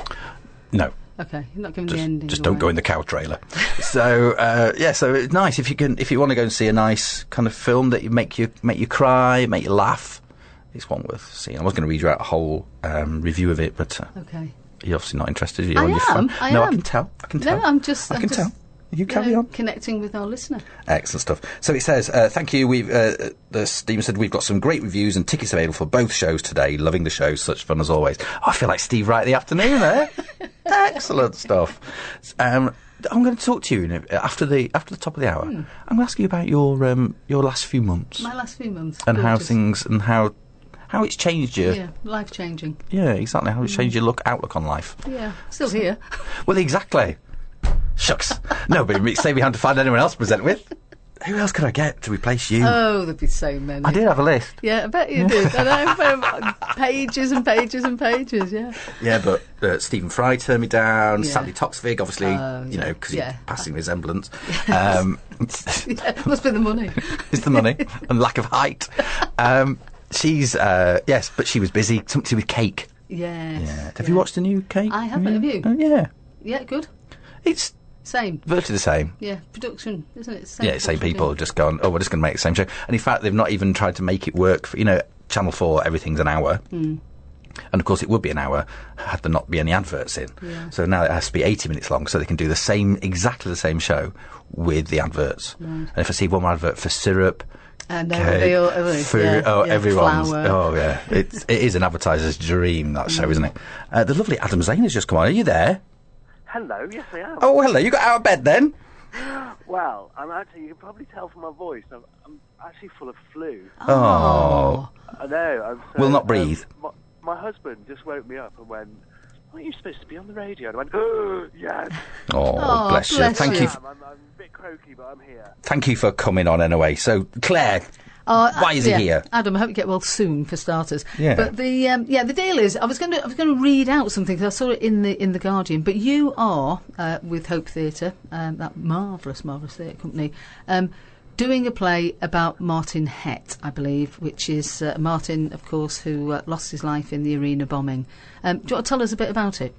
no okay you're not giving the just, ending just don't away. go in the cow trailer so uh, yeah so it's nice if you can if you want to go and see a nice kind of film that you make you make you cry make you laugh it's one worth seeing I was going to read you out a whole um, review of it but uh, okay You're obviously not interested. You're I on your phone. am, I no, I am. can tell. I can No, tell. I'm just- I I'm can just- tell. You carry No, on. connecting with our listener Excellent stuff. So it says, uh, thank you. We've uh, the Steve said we've got some great reviews and tickets available for both shows today. Loving the show, such fun as always. I feel like Steve Wright in the afternoon there. Excellent stuff. Um, I'm going to talk to you in a- after the after the top of the hour. I'm going to ask you about your um, your last few months Hmm. my last few months and how gorgeous. things and how how it's changed your yeah Hmm. life changing yeah exactly how it's changed your look outlook on life. yeah still here Well, exactly. Shucks. No, but it saved me having to find anyone else to present with. Who else could I get to replace you? oh there'd be so many I did have a list. yeah I bet you did and I know pages and pages and pages yeah Yeah, but uh, Stephen Fry turned me down. Yeah. Sally Toxvig, obviously, Oh, you know, yeah. because Yeah. passing resemblance. Um, yeah must be the money is the money and lack of height. Um, she's uh, yes, but she was busy. Something to do with cake. yes Yeah. Have you watched the new cake? I haven't, have you? Oh, yeah, yeah good it's same virtually the same. yeah production isn't it yeah, same production, people have just gone, oh, we're just going to make the same show. And in fact, they've not even tried to make it work. For, you know, Channel 4, everything's an hour. Hmm. And of course, it would be an hour had there not been any adverts in. Yeah. So now it has to be 80 minutes long so they can do the same, exactly the same show with the adverts. And if I see one more advert for syrup, And then cake, they all- oh, yeah, food, oh, yeah, everyone's, flour. oh yeah, it's, it is an advertiser's dream, that Mm. show, isn't it? Uh, the lovely Adam Zane has just come on. Are you there? Hello, yes I am. Oh, hello, you got out of bed then? Well, I'm actually, you can probably tell from my voice, I'm, I'm actually full of flu. Oh. I know. I'm so, Will not um, breathe. my, my husband just woke me up and went, aren't you supposed to be on the radio? And I went, oh, yes. Oh, Oh, bless, you. bless Thank you. you. I am. I'm, I'm a bit croaky, but I'm here. thank you for coming on anyway. So, Claire, Uh, why is he yeah. here? Adam, I hope you get well soon, for starters. Yeah. But the um, yeah, the deal is, I was going to I was going to read out something because I saw it in the in the Guardian. But you are uh, with Hope Theatre, um, that marvelous, marvelous theatre company, um, doing a play about Martin Het, I believe, which is uh, Martin, of course, who uh, lost his life in the arena bombing. Um, do you want to tell us a bit about it?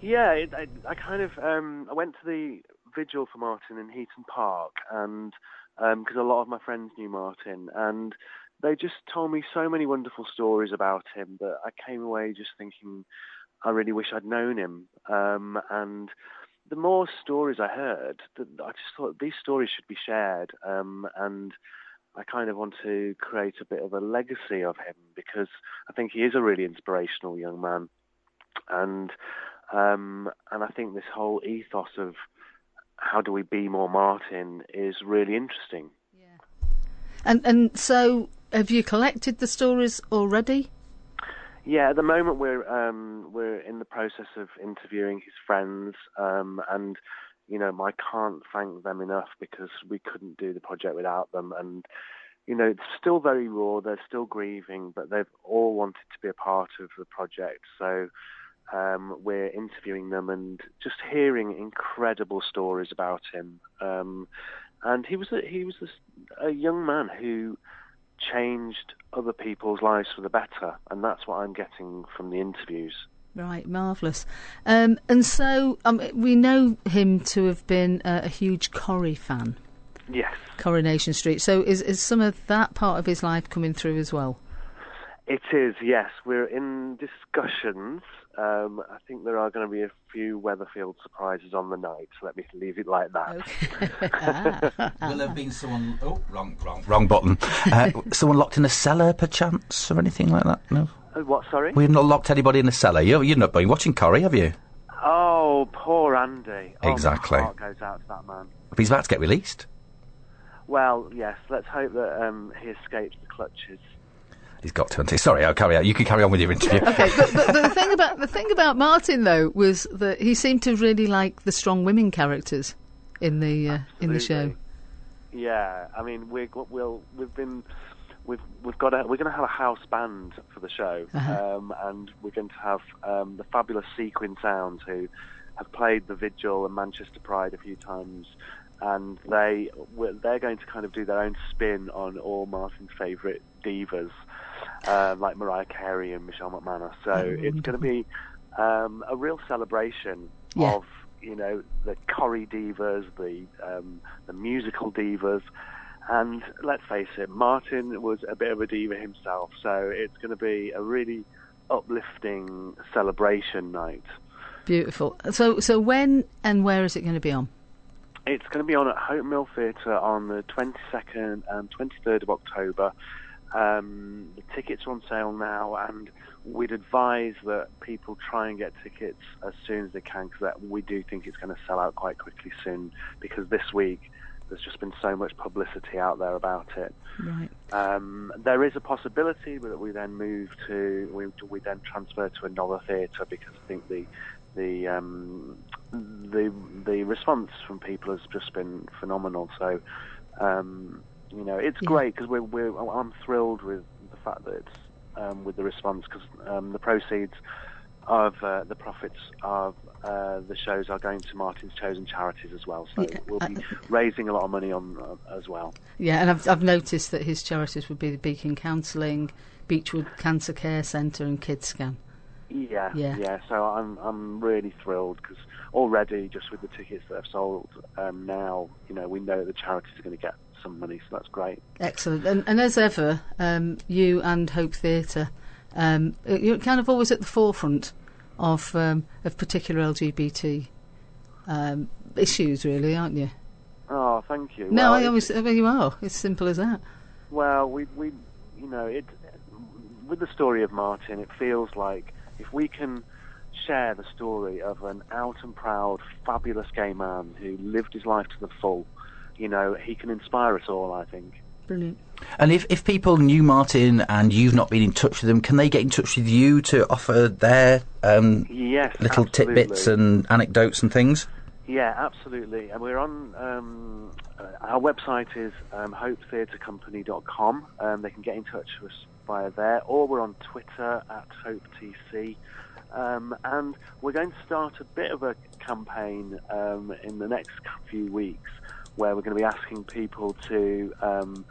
Yeah, it, I, I kind of um, I went to the vigil for Martin in Heaton Park, and because a lot of my friends knew Martin, and they just told me so many wonderful stories about him that I came away just thinking I really wish I'd known him. Um, and the more stories I heard, the, I just thought these stories should be shared, um, and I kind of want to create a bit of a legacy of him because I think he is a really inspirational young man and um, and I think this whole ethos of how do we be more Martin is really interesting. And and so, have you collected the stories already? Yeah, at the moment we're um, we're in the process of interviewing his friends, um, and you know I can't thank them enough because we couldn't do the project without them, and you know, it's still very raw. They're still grieving, but they've all wanted to be a part of the project. So um, we're interviewing them and just hearing incredible stories about him. Um, and he was a, he was this, a young man who changed other people's lives for the better, and that's what I'm getting from the interviews. Right, marvellous. Um, and so um, we know him to have been uh, a huge Corrie fan, Yes. Coronation Street. So is, is some of that part of his life coming through as well? It is, yes. We're in discussions. Um, I think there are going to be a few Weatherfield surprises on the night. Let me leave it like that. Will there have been someone? Oh, wrong, wrong, wrong button. Uh, someone locked in a cellar, perchance, or anything like that. No, Oh, What, sorry? we've not locked anybody in a cellar. You're, you've not been watching Corrie, have you? Oh, poor Andy. Oh, my Exactly. heart goes out to that man. He's about to get released. Well, yes, let's hope that um, he escapes the clutches. He's got to. hasn't he? Sorry, I'll carry out. You can carry on with your interview. Okay, but, but the thing about the thing about Martin though was that he seemed to really like the strong women characters in the uh, in the show. Absolutely. Yeah, I mean, we're, go- we'll, we've been... We've we've got a, we're going to have a house band for the show, Uh-huh. um, and we're going to have um, the fabulous Sequin Sounds, who have played the Vigil and Manchester Pride a few times, and they we're- they're going to kind of do their own spin on all Martin's favourite divas, um, like Mariah Carey and Michelle McManus. So it's going to be um, a real celebration Yeah. of you know the Corrie divas, the um, the musical divas. And let's face it, Martin was a bit of a diva himself, so it's going to be a really uplifting celebration night. Beautiful. So so when and where is it going to be on? It's going to be on at Hope Mill Theatre on the 22nd and 23rd of October. Um, the tickets are on sale now, and we'd advise that people try and get tickets as soon as they can because we do think it's going to sell out quite quickly soon because this week there's just been so much publicity out there about it. Right. Um, there is a possibility that we then move to we, we then transfer to another theatre because I think the the um, the the response from people has just been phenomenal. So um, you know it's Yeah. great because we're, we're I'm thrilled with the fact that it's um, with the response because um, the proceeds of uh, the profits of uh, the shows are going to Martin's chosen charities as well. So Yeah, we'll be uh, raising a lot of money on uh, as well. Yeah, and I've I've noticed that his charities would be the Beacon Counselling, Beechwood Cancer Care Centre, and Kids Scan. Yeah, Yeah. yeah, So I'm I'm really thrilled because already just with the tickets that have sold um, now, you know, we know the charities are going to get some money, so that's great. Excellent. And, and as ever, um, you and Hope Theatre, um, you're kind of always at the forefront of um, of particular LGBT um, issues, really, aren't you? Oh, thank you. no, Well, I it- always. Well, you are. It's simple as that. Well, we we you know it with the story of Martin, it feels like if we can share the story of an out and proud, fabulous gay man who lived his life to the full, you know, he can inspire us all. I think. Brilliant. And if, if people knew Martin and you've not been in touch with them, can they get in touch with you to offer their um, Yes. little absolutely. tidbits and anecdotes and things? Yeah, absolutely. And we're on um, uh, our website is um, hopetheatrecompany.com. Um, they can get in touch with us via there, or we're on Twitter at hopetc. Um, and we're going to start a bit of a campaign um, in the next few weeks, where we're going to be asking people to um,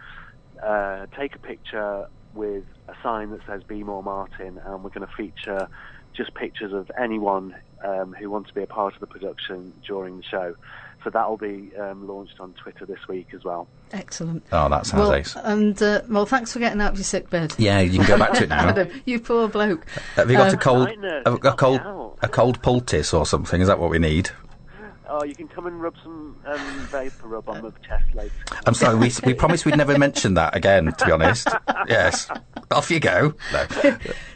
uh, take a picture with a sign that says "Be More Martin," and we're going to feature just pictures of anyone um, who wants to be a part of the production during the show. So that'll be um, launched on Twitter this week as well. Excellent. Oh, that sounds well, ace. and uh, well, thanks for getting out of your sick bed. Yeah, you can go back to it now. Adam, you poor bloke. Have you Um, got a cold, nightmare. a, a cold, Out. a cold poultice or something? Is that what we need? Oh, you can come and rub some um, vapor rub on the chest later. I'm sorry, we, we promised we'd never mention that again. To be honest, yes. Off you go. No.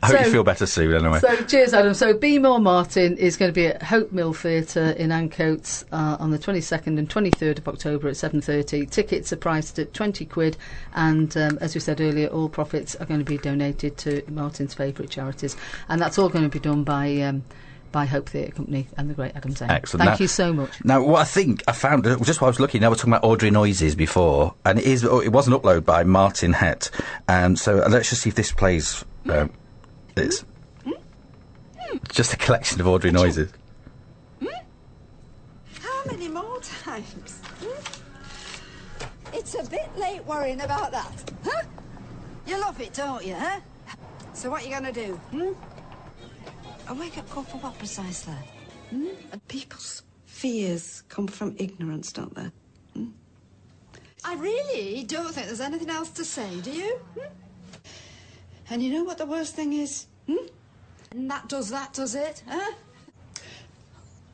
I hope So- you feel better soon. Anyway, So cheers, Adam. So Be More Martin is going to be at Hope Mill Theatre in Ancoats uh, on the 22nd and 23rd of October at 7.30. Tickets are priced at 20 quid and um, as we said earlier, all profits are going to be donated to Martin's favourite charities and that's all going to be done by... Um, by Hope Theatre Company and the great Adam Zane. Excellent. Thank Now- you so much. Now, what I think I found, just while I was looking, now we're talking about Audrey Noises before, and it is oh, it was an upload by Martin Het. Um, so uh, let's just see if this plays. Um, it's Hmm? just a collection of Audrey Noises. How many more times? It's a bit late worrying about that, huh? You love it, don't you, huh? So what you gonna do? Hmm? A wake-up call for what precisely? Hmm? And people's fears come from ignorance, don't they? Hmm? I really don't think there's anything else to say, do you? Hmm? And you know what the worst thing is? Hmm? And that does that, does it? Huh?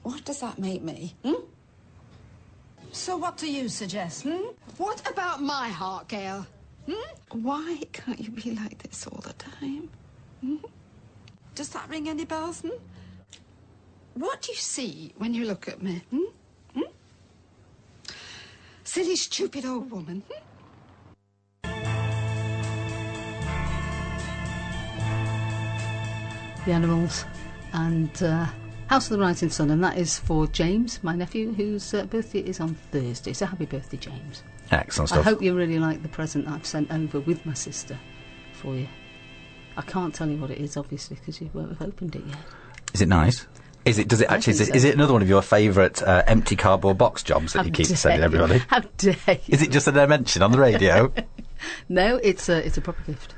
What does that make me? Hmm? So what do you suggest? Hmm? What about my heart, Gail? Hmm? Why can't you be like this all the time? Hmm? Does that ring any bells? Hmm? What do you see when you look at me? Hmm? Hmm? Silly, stupid old woman. Hmm? The Animals and uh, House of the Rising Sun, and that is for James, my nephew, whose uh, birthday is on Thursday. So happy birthday, James. Excellent I stuff. hope you really like the present I've sent over with my sister for you. I can't tell you what it is, obviously, because you won't have opened it yet. Is it nice? Is it? Does it I actually? Is it, think is so. it another one of your favourite uh, empty cardboard box jobs that How you keep dare sending you. everybody? How dare you? Is it just an mention on the radio? No, it's a it's a proper gift.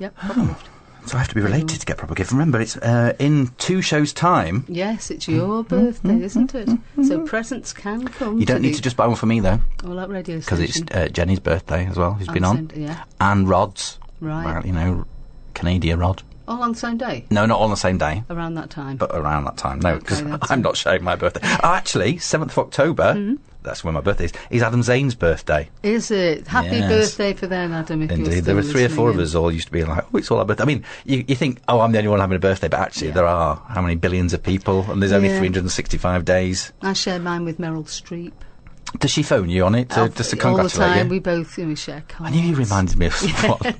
Yep, proper gift. so I have to be related to get proper gift. Remember, it's uh, in two shows' time. Yes, it's your birthday, isn't it? So presents can come. You don't need to just buy one for me though, all that radio because it's station. uh, Jenny's birthday as well. Who's On been the on? same- yeah. And Rod's. Right. Well, you know, Canadian Rod. all on the same day No, not on the same day, around that time. but around that time. No, because Okay, Oh, that's Hmm? I'm not sharing my birthday. Oh, actually, seventh of October. That's when my birthday is. Is Adam Zane's birthday? is it happy Yes. birthday for them, Adam? If you're Indeed, still there were three or four of listening us all used to be like, "Oh, it's all our birthday." I mean, you, you think, "Oh, I'm the only one having a birthday," but actually, Yeah. there are how many billions of people, and there's only Yeah. 365 days. in. I share mine with Meryl Streep. Does she phone you on it to, Of- just to all the congratulate time, you? we both you know, we share I cards. knew you reminded me of someone.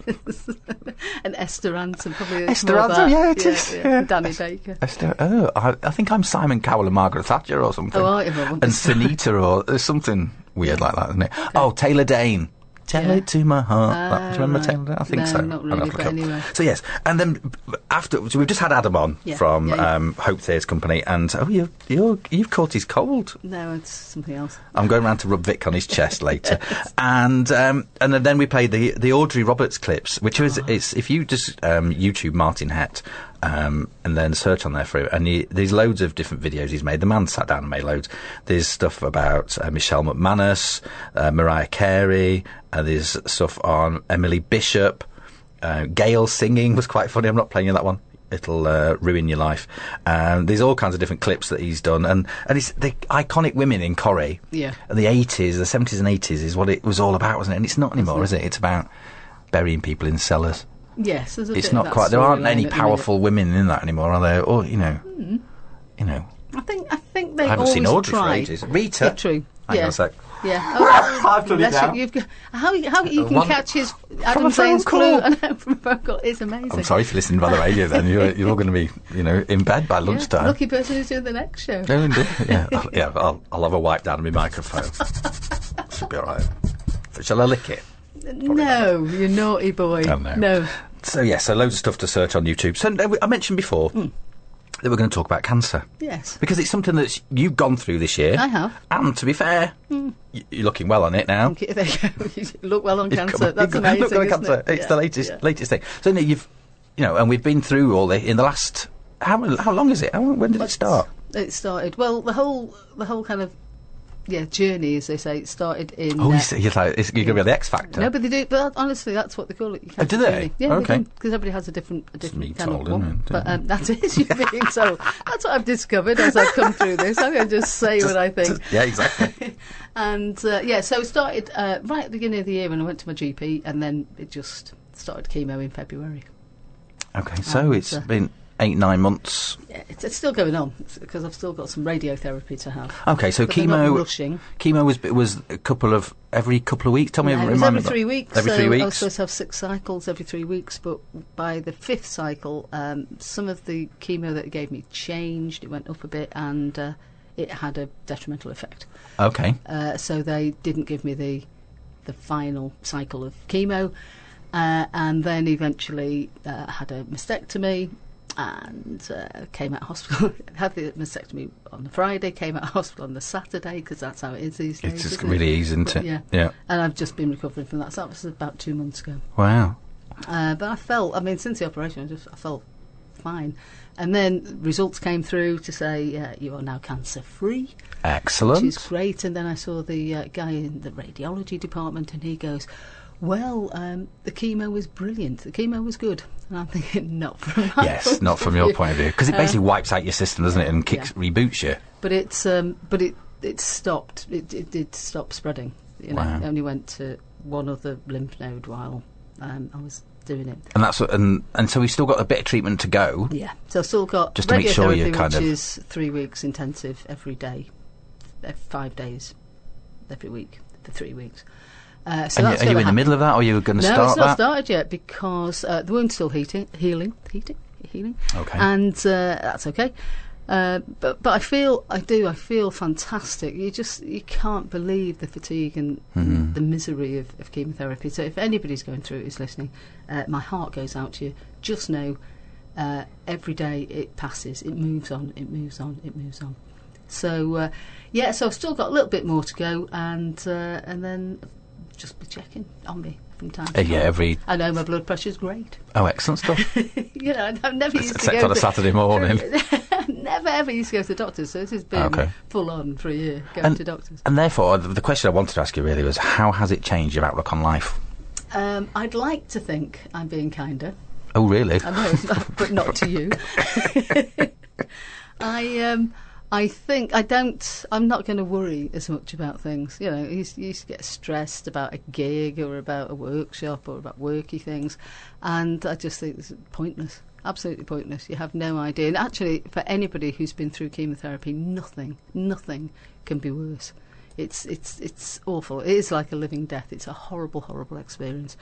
and Esther Ranson, probably Esther more Ransom, that. yeah, it is, yeah. Danny Baker. I still, oh, I, I think I'm Simon Cowell and Margaret Thatcher or something. Oh, I am, I wouldn't and be surprised. Sunita or there's something weird like that, isn't it? Oh, Taylor Dane. Tell Yeah. it to my heart. That- Ah, do you remember right. Taylor Dane? I think No, so. not I'm gonna really, have to but look up. anyway. So yes, and then after so we've just had Adam on Yeah, from yeah, yeah. Um, Hope Theatres Company, and oh, you you you've caught his cold. No, it's something else. I'm going round to rub Vic on his chest later, and um, and then we played the the Audrey Roberts clips, which is it's if you just um, YouTube Martin Het um, and then search on there for it, and he, there's loads of different videos he's made. The man sat down and made loads. There's stuff about uh, Michelle McManus, uh, Mariah Carey, and there's stuff on Emily Bishop. Uh, Gail singing was quite funny. I'm not playing you that one. It'll uh, ruin your life. Um, there's all kinds of different clips that he's done, and and it's the iconic women in Corrie. Yeah. And the 80s, the 70s and 80s is what it was all about, wasn't it? And it's not anymore, is it? It's about burying people in cellars. Yes, there's a bit It's of not that quite. There aren't storyline any at the minute. powerful women in that anymore, are there? Or you know, you know. I think I think they I haven't always seen Audrey try. for ages. Rita. Yeah, true. Hang yeah. on a sec. Yeah. Oh, I've done it bless you. now. You've got- how how you Uh, can one- catch his From Adam a phone Zane's call. clue and from a phone call is amazing. I'm sorry if you're listening by the radio. Then you're you're all going to be you know in bed by Yeah, lunchtime. Lucky person who's doing the next show. No, indeed. Yeah, I'll, yeah. I'll, I'll have a wipe down on my microphone. Should be all right. Shall I lick it? No, you naughty boy. Oh, no. No. So yeah, so loads of stuff to search on YouTube. So uh, I mentioned before Hmm. that we're going to talk about cancer Yes. because it's something that you've gone through this year. I have. And to be fair, y- you're looking well on it now. Okay, there you go. You look well on You've cancer. got- That's you've got- amazing. Look on isn't cancer. it? It's Yeah, the latest yeah. latest thing. So no, you've you know, and we've been through all the in the last how how long is it? How, when did it start? It started. Well, the whole the whole kind of yeah journey, as they say, it started in. Oh, uh, you see, you're, like, it's, you're going to be the X Factor. No, but they do. But honestly, that's what they call it. You Oh, do can't they? really- Yeah, Okay. Because everybody has a different, a different being kind told, of one. isn't it? But um, that is you being told. That's what I've discovered as I've come through this. I'm going to just say what I think. yeah, exactly. And uh, yeah, so it started uh, right at the beginning of the year when I went to my GP, and then it just started chemo in February. okay, so And, it's uh, been eight, nine months. Yeah, it's, it's still going on because I've still got some radiotherapy to have. Okay, so But they're not chemo. rushing. Chemo was was a couple of every couple of weeks. Tell me, No, it was remind me every about- three weeks. Every so three I was weeks. supposed to have six cycles every three weeks, but by the fifth cycle, um, some of the chemo that it gave me changed. It went up a bit, and uh, it had a detrimental effect. Okay. Uh, so they didn't give me the the final cycle of chemo, uh, and then eventually uh, had a mastectomy and uh, came out of hospital. had the mastectomy on the Friday, came out of hospital on the Saturday because that's how it is these days. It's just isn't really it? easy, isn't it? Yeah. Yeah. And I've just been recovering from that. So that was about two months ago. Wow. Uh, but I felt, I mean, since the operation, I just I felt fine. And then results came through to say uh, you are now cancer free Excellent. which is great. And then I saw the uh, guy in the radiology department, and he goes, "Well, um, the chemo was brilliant. The chemo was good." And I'm thinking, not from my yes, point not of from your view." point of view, because it basically wipes out your system, doesn't it, and kicks Uh, yeah. reboots you. But it's um, but it it stopped. It it did stop spreading. You know, Wow. it only went to one other lymph node while um, I was doing it. And that's what, and and so we've still got a bit of treatment to go. Yeah, so I've still got Just to make sure radiotherapy, you're kind which of- is three weeks intensive every day, f- five days every week for three weeks. Uh, so and that's you, are you in gonna the happen. middle of that, or you're going to No, start it's not that? started yet because uh, the wound's still heating, healing, heating, healing. Okay. And uh, that's okay. Uh, but but I feel I do I feel fantastic. You just you can't believe the fatigue and Mm-hmm. the misery of, of chemotherapy. So if anybody's going through it is listening, uh, my heart goes out to you. Just know, uh, every day it passes, it moves on, it moves on, it moves on. So uh, yeah, so I've still got a little bit more to go, and uh, and then just be checking on me from time. Uh, to time. yeah, every I know my blood pressure's great. oh, excellent stuff. you know, I've never used Except to go on a to- Saturday morning. never ever used to go to the doctors, so this has been Okay. full on for a year going And- to doctors. And therefore, the, the question I wanted to ask you really was, how has it changed your outlook on life? Um, I'd like to think I'm being kinder. Oh, really? I know, but not to you. I um, I think I don't. I'm not going to worry as much about things. You know, you used, you used to get stressed about a gig or about a workshop or about worky things, and I just think it's pointless. Absolutely pointless. You have no idea. And actually, for anybody who's been through chemotherapy, nothing, nothing can be worse. It's it's it's awful. It is like a living death. It's a horrible, horrible experience.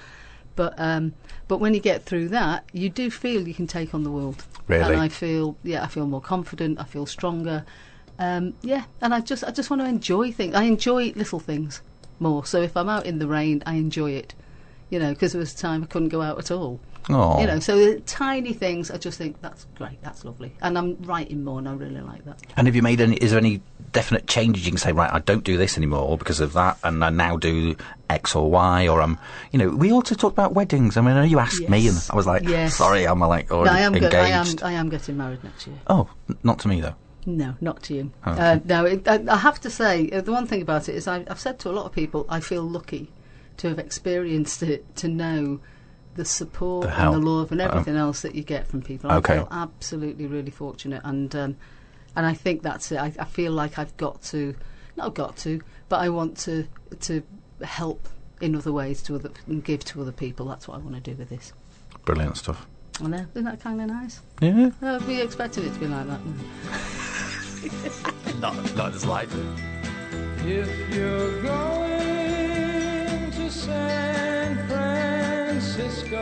But um, but when you get through that, you do feel you can take on the world. Really? And I feel yeah, I feel more confident. I feel stronger. Um, yeah, and I just I just want to enjoy things. I enjoy little things more. So if I'm out in the rain, I enjoy it. You know, because there was a time I couldn't go out at all. Oh, You know, so the tiny things I just think that's great, that's lovely, and I'm writing more, and I really like that. and have you made any? Is there any definite changes you can say? Right, I don't do this anymore because of that, and I now do X or Y, or I'm, you know, we also talked about weddings. I mean, I know you asked me, and Yes. I was like, Yes. sorry, I'm like But already I am engaged. go- I am I am getting married next year. Oh, n- not to me though. No, not to you. Oh, Okay. Uh, no, it, I, I have to say, uh, the one thing about it is I, I've said to a lot of people, I feel lucky to have experienced it, to know the support The and the help. love and Um, everything else that you get from people. Okay. I feel absolutely really fortunate, and um, and I think that's it. I, I feel like I've got to, not got to, but I want to to help in other ways to other, and give to other people. That's what I want to do with this. Brilliant stuff. I know, isn't that kind of nice? Yeah. Uh, we expected it to be like that. no? Not, not as light. If you're going to San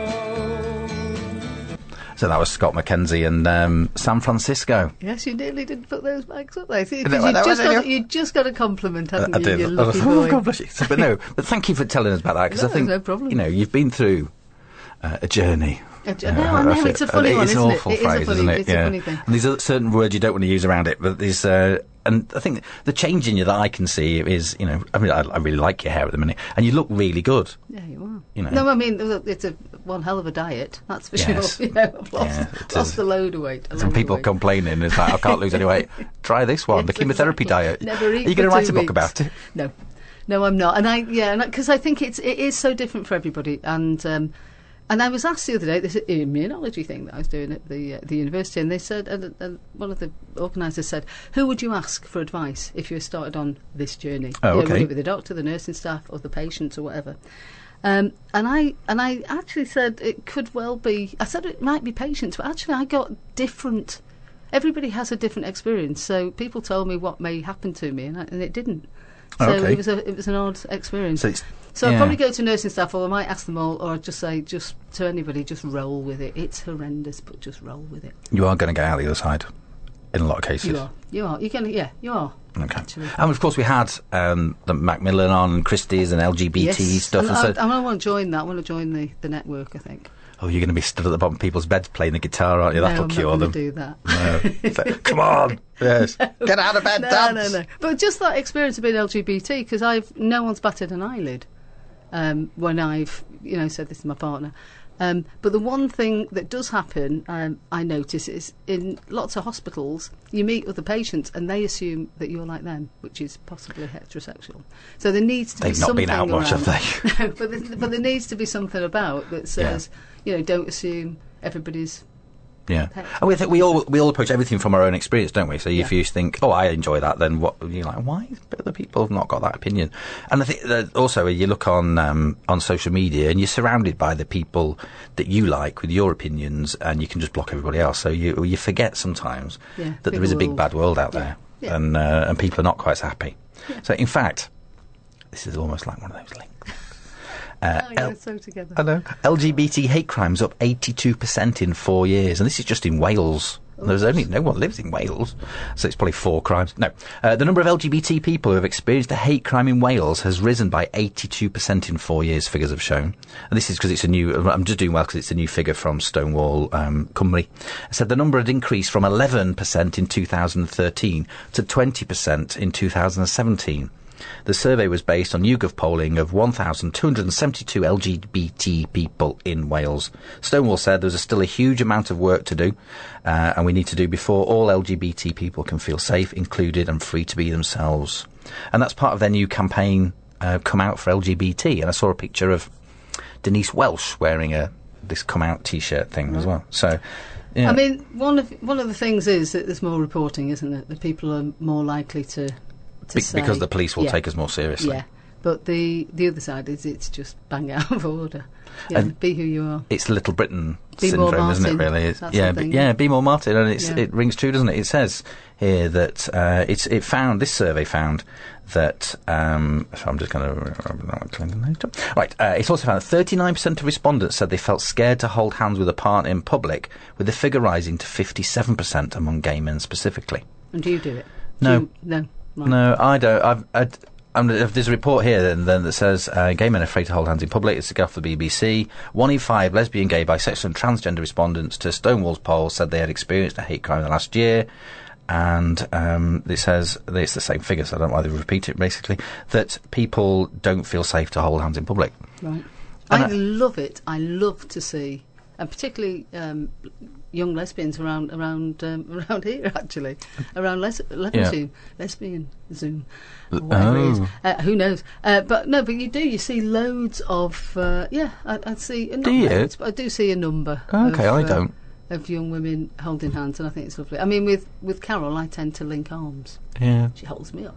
Francisco. So that was Scott McKenzie and um, San Francisco. Yes, you nearly didn't put those bags up there. See, that you, what that just was, got, anyway? you just got a compliment, haven't I you? did. You I was lucky like, oh, boy. God bless you. But no, but thank you for telling us about that because No, I think no problem. you know you've been through uh, a journey. Uh, A j- no, I know, feel- it's a funny and one, It's an isn't it? awful It is a phrase, funny- isn't it? it's a yeah. funny thing. And there's a certain words you don't want to use around it, but there's. Uh, and I think the change in you that I can see is, you know, I mean, I, I really like your hair at the minute, and you look really good. Yeah, you are. You know. No, I mean, it's a one hell of a diet, that's for Yes. sure. You know, I've lost, Yeah, it is. lost a load of weight. a Some load of people weight. complaining, it's like, I can't lose any weight. Try this one, the Yes, chemotherapy exactly. diet. Never eat Are you for going to write two a book weeks. about it? No, no, I'm not. And I, yeah, because I think it's it is so different for everybody. And um, and I was asked the other day this immunology thing that I was doing at the uh, the university, and they said, and, and one of the organisers said, who would you ask for advice if you started on this journey? Oh, You know, okay. Would it be the doctor, the nursing staff, or the patients, or whatever? Um, and I and I actually said it could well be. I said it might be patience, but actually I got different. Everybody has a different experience, so people told me what may happen to me, and, I, and it didn't. So Okay. it was a, it was an odd experience. So it's- So I'd yeah. probably go to nursing staff, or I might ask them all, or I'd just say, just to anybody, just roll with it. It's horrendous, but just roll with it. You are going to get out the other side in a lot of cases. You are, you are, you're gonna, yeah, you are. Okay. Actually. And of course, we had um, the Macmillan on, and Christie's, and LGBT E stuff. And And I, so, I, want to join that. I want to join the, the network. I think. oh, you're going to be stood at the bottom of people's beds playing the guitar, aren't you? No, That'll I'm cure them. not gonna Do that. It's like, Come on, yes, get out of bed, no, dance. no, no. But just that experience of being LGBT, because I've no one's batted an eyelid um, when I've you know said this to my partner. Um, but the one thing that does happen, um, I notice, is in lots of hospitals, you meet other patients and they assume that you're like them, which is possibly heterosexual. So there needs to be They've not something been out much, around. have they? No, but there, but there needs to be something about that says, you know, don't assume everybody's Yeah, Okay. and we, think we all we all approach everything from our own experience, don't we? So if Yeah. you think, "Oh, I enjoy that," then what you're like, "Why but other people have not got that opinion?" And I think that also you look on um, on social media and you're surrounded by the people that you like with your opinions, and you can just block everybody else. So you you forget sometimes Yeah, that big there is a big world. bad world out there, Yeah. and uh, and people are not quite as happy. So in fact, this is almost like one of those links. Uh, oh, L- yeah, so together. Hello. LGBT hate crimes up 82% in four years, and this is just in Wales. There's only no one lives in Wales, so it's probably four crimes. No, uh, the number of LGBT people who have experienced a hate crime in Wales has risen by 82% in four years. Figures have shown, and this is because it's a new. I'm just doing well because it's a new figure from Stonewall um, Cymru. It said the number had increased from 11% in 2013 to 20% in 2017. The survey was based on YouGov polling of 1,272 LGBT people in Wales. Stonewall said there's still a huge amount of work to do, uh, and we need to do before all LGBT people can feel safe, included, and free to be themselves. And that's part of their new campaign, uh, Come Out for LGBT. And I saw a picture of Denise Welsh wearing a this Come Out T-shirt thing Mm-hmm. as well. So, yeah. I mean, one of one of the things is that there's more reporting, isn't it? That people are more likely to, to be- say, because the police will yeah, take us more seriously. Yeah, but the the other side is it's just bang out of order. Yeah, And- be who you are. it's Little Britain Be more syndrome, isn't it? Martin. Really, It's- That's the yeah, b- thing. yeah. Be more Martin, and it's, Yeah. it rings true, doesn't it? It says here that uh, it's it found this survey found that um, so I'm just going to right. Uh, it's also found that 39 percent of respondents said they felt scared to hold hands with a partner in public, with the figure rising to 57 percent among gay men specifically. And do you do it? Do No. you- no, right. No, I don't. I've, I, I'm, if there's a report here then, then that says uh, gay men are afraid to hold hands in public. It's a gaffe for the BBC. One in five lesbian, gay, bisexual, and transgender respondents to Stonewall's poll said they had experienced a hate crime in the last year. And um, it says it's the same figure, so I don't know why they repeat it. Basically, that people don't feel safe to hold hands in public. Right. And I, I- love it. I love to see, and particularly um, young lesbians around around um, around here actually, around les- lesbian lesbian Zoom, or whatever it is. oh. Uh, who knows? Uh, but no, but you do. You see loads of uh, yeah. I, I see. uh, Not Do you? Loads, but I do see a number. Oh, okay, of, I uh, don't. Of young women holding hands, and I think it's lovely. I mean, with with Carol, I tend to link arms. Yeah. She holds me up.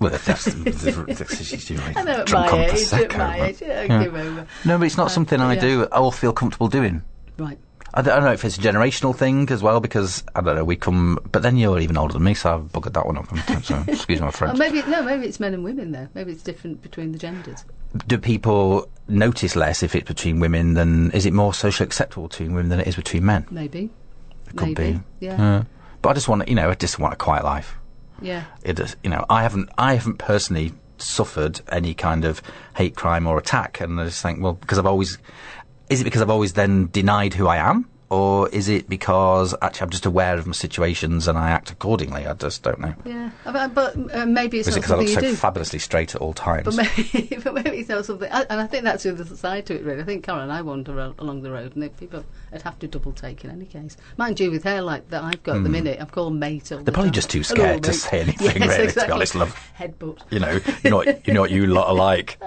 Well, that's, that's, that's, you're I know at drunk on my age, at Prosecco, my but- age, yeah, Yeah. give over. No, but it's not Uh, something I yeah. do or feel comfortable doing. Right. I don't, I don't know if it's a generational thing as well because I don't know we come, but then you're even older than me, so I've buggered that one up. haven't I? So excuse my Or French. Oh, maybe no, maybe it's men and women though. Maybe it's different between the genders. Do people notice less if it's between women than is it more socially acceptable between women than it is between men? Maybe. It could maybe. be. Yeah. but I just want, you know, I just want a quiet life. Yeah. It is, you know, I haven't, I haven't personally suffered any kind of hate crime or attack, and I just think, well, because I've always, is it because I've always then denied who I am, or is it because actually I'm just aware of my situations and I act accordingly? I just don't know. Yeah. I mean, But uh, maybe it's Was it not because I something look you so do. fabulously straight at all But times? maybe, but maybe it's not something. I- And I think that's the other side to it, really. I think Carol and I wander al- along the road, and if people would have to double take in any case. Mind you, with hair like that I've got at the minute, I've called mate. All Hmm. They're probably just too scared to say anything, really, to be honest, love. Headbutt. you know, you know, what, you know what you lot are like.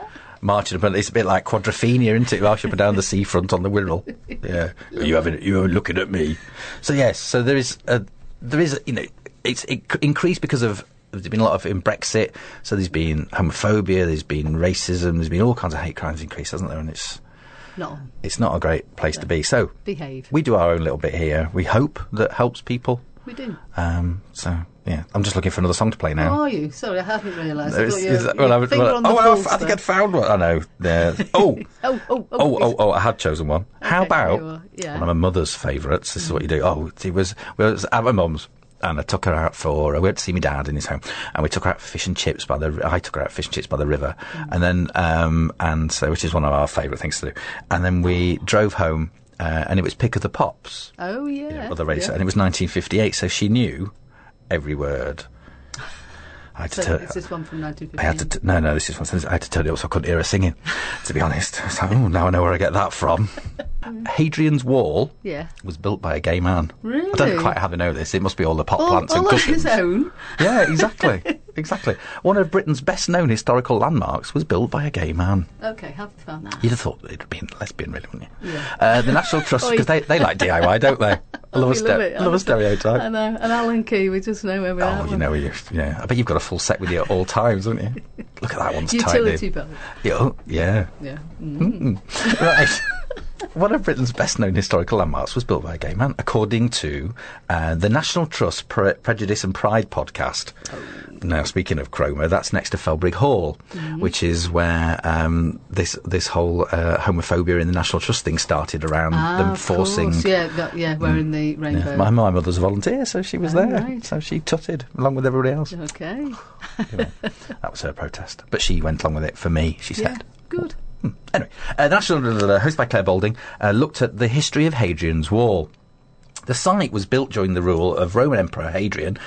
Marching up, and it's a bit like quadrophenia, isn't it? Marching up and down the seafront on the Wirral. Yeah, you haven't, you haven't looking at me. So yes, so there is a, there is, a, you know, it's it c- increased because of there's been a lot of in Brexit, so there's been homophobia, there's been racism, there's been all kinds of hate crimes increase, hasn't there? And it's Not on. it's not a great place to be. So Behave. we do our own little bit here. We hope that helps people. We do. Um, so yeah, I'm just looking for another song to play now. How are you? Sorry, I hadn't realised. I There is- thought you is were- that- well, I your would- finger well, on the oh, I- pulse I think there. I'd found one. I know. There. Oh, Oh, oh, oh. oh, oh, it's- oh, I had chosen one. How Okay, about you are, yeah. one of my mother's favourites? This is what you do. Oh, it was, we was at my mum's. And I took her out for, I went to see my dad in his home, and we took her out for fish and chips by the, I took her out for fish and chips by the river, Mm. and then, um, and so, which is one of our favourite things to do. And then we drove home, uh, and it was Pick of the Pops, Oh, yeah. you know, other race, yeah. and it was 1958, so she knew every word. I had to So tell- it's this one from 1950. I had to t- no no this is one sentence. I had to turn it up so I couldn't hear her singing. To be honest, so oh, now I know where I get that from. Hadrian's Wall Yeah. was built by a gay man. I Really? don't quite have to know this. It must be all the pot All, plants all and on his cushions. own. yeah, exactly, exactly. One of Britain's best known historical landmarks was built by a gay man. Okay, have fun now. You'd have thought it'd been lesbian, really, wouldn't you? Yeah. Uh, the National Trust Oi. because they, they like DIY, don't they? I love, a, Oh, We ster- it, love a honestly. stereotype. I know. And Alan Key, we just know where we are. Oh, you know, you, yeah. I bet you've got a full set with you at all times, haven't you? Look at that one's Utility tight. belt. Yeah, oh, yeah. Yeah. Mm, right. One of Britain's best known historical landmarks was built by a gay man, according to uh, the National Trust Pre- Prejudice and Pride podcast. Oh. Now, speaking of Cromer, that's next to Felbrig Hall, Mm-hmm. which is where um, this this whole uh, homophobia in the National Trust thing started around Ah, them of forcing. Mm. course. Yeah, that, yeah, wearing the rainbow. Yeah, my, my mother's a volunteer, so she was Oh, there. right. So she tutted along with everybody else. Okay. That was her protest. But she went along with it for me, she Yeah. said. Good. Anyway, uh, the National hosted by Claire Balding uh, looked at the history of Hadrian's Wall. The site was built during the rule of Roman Emperor Hadrian,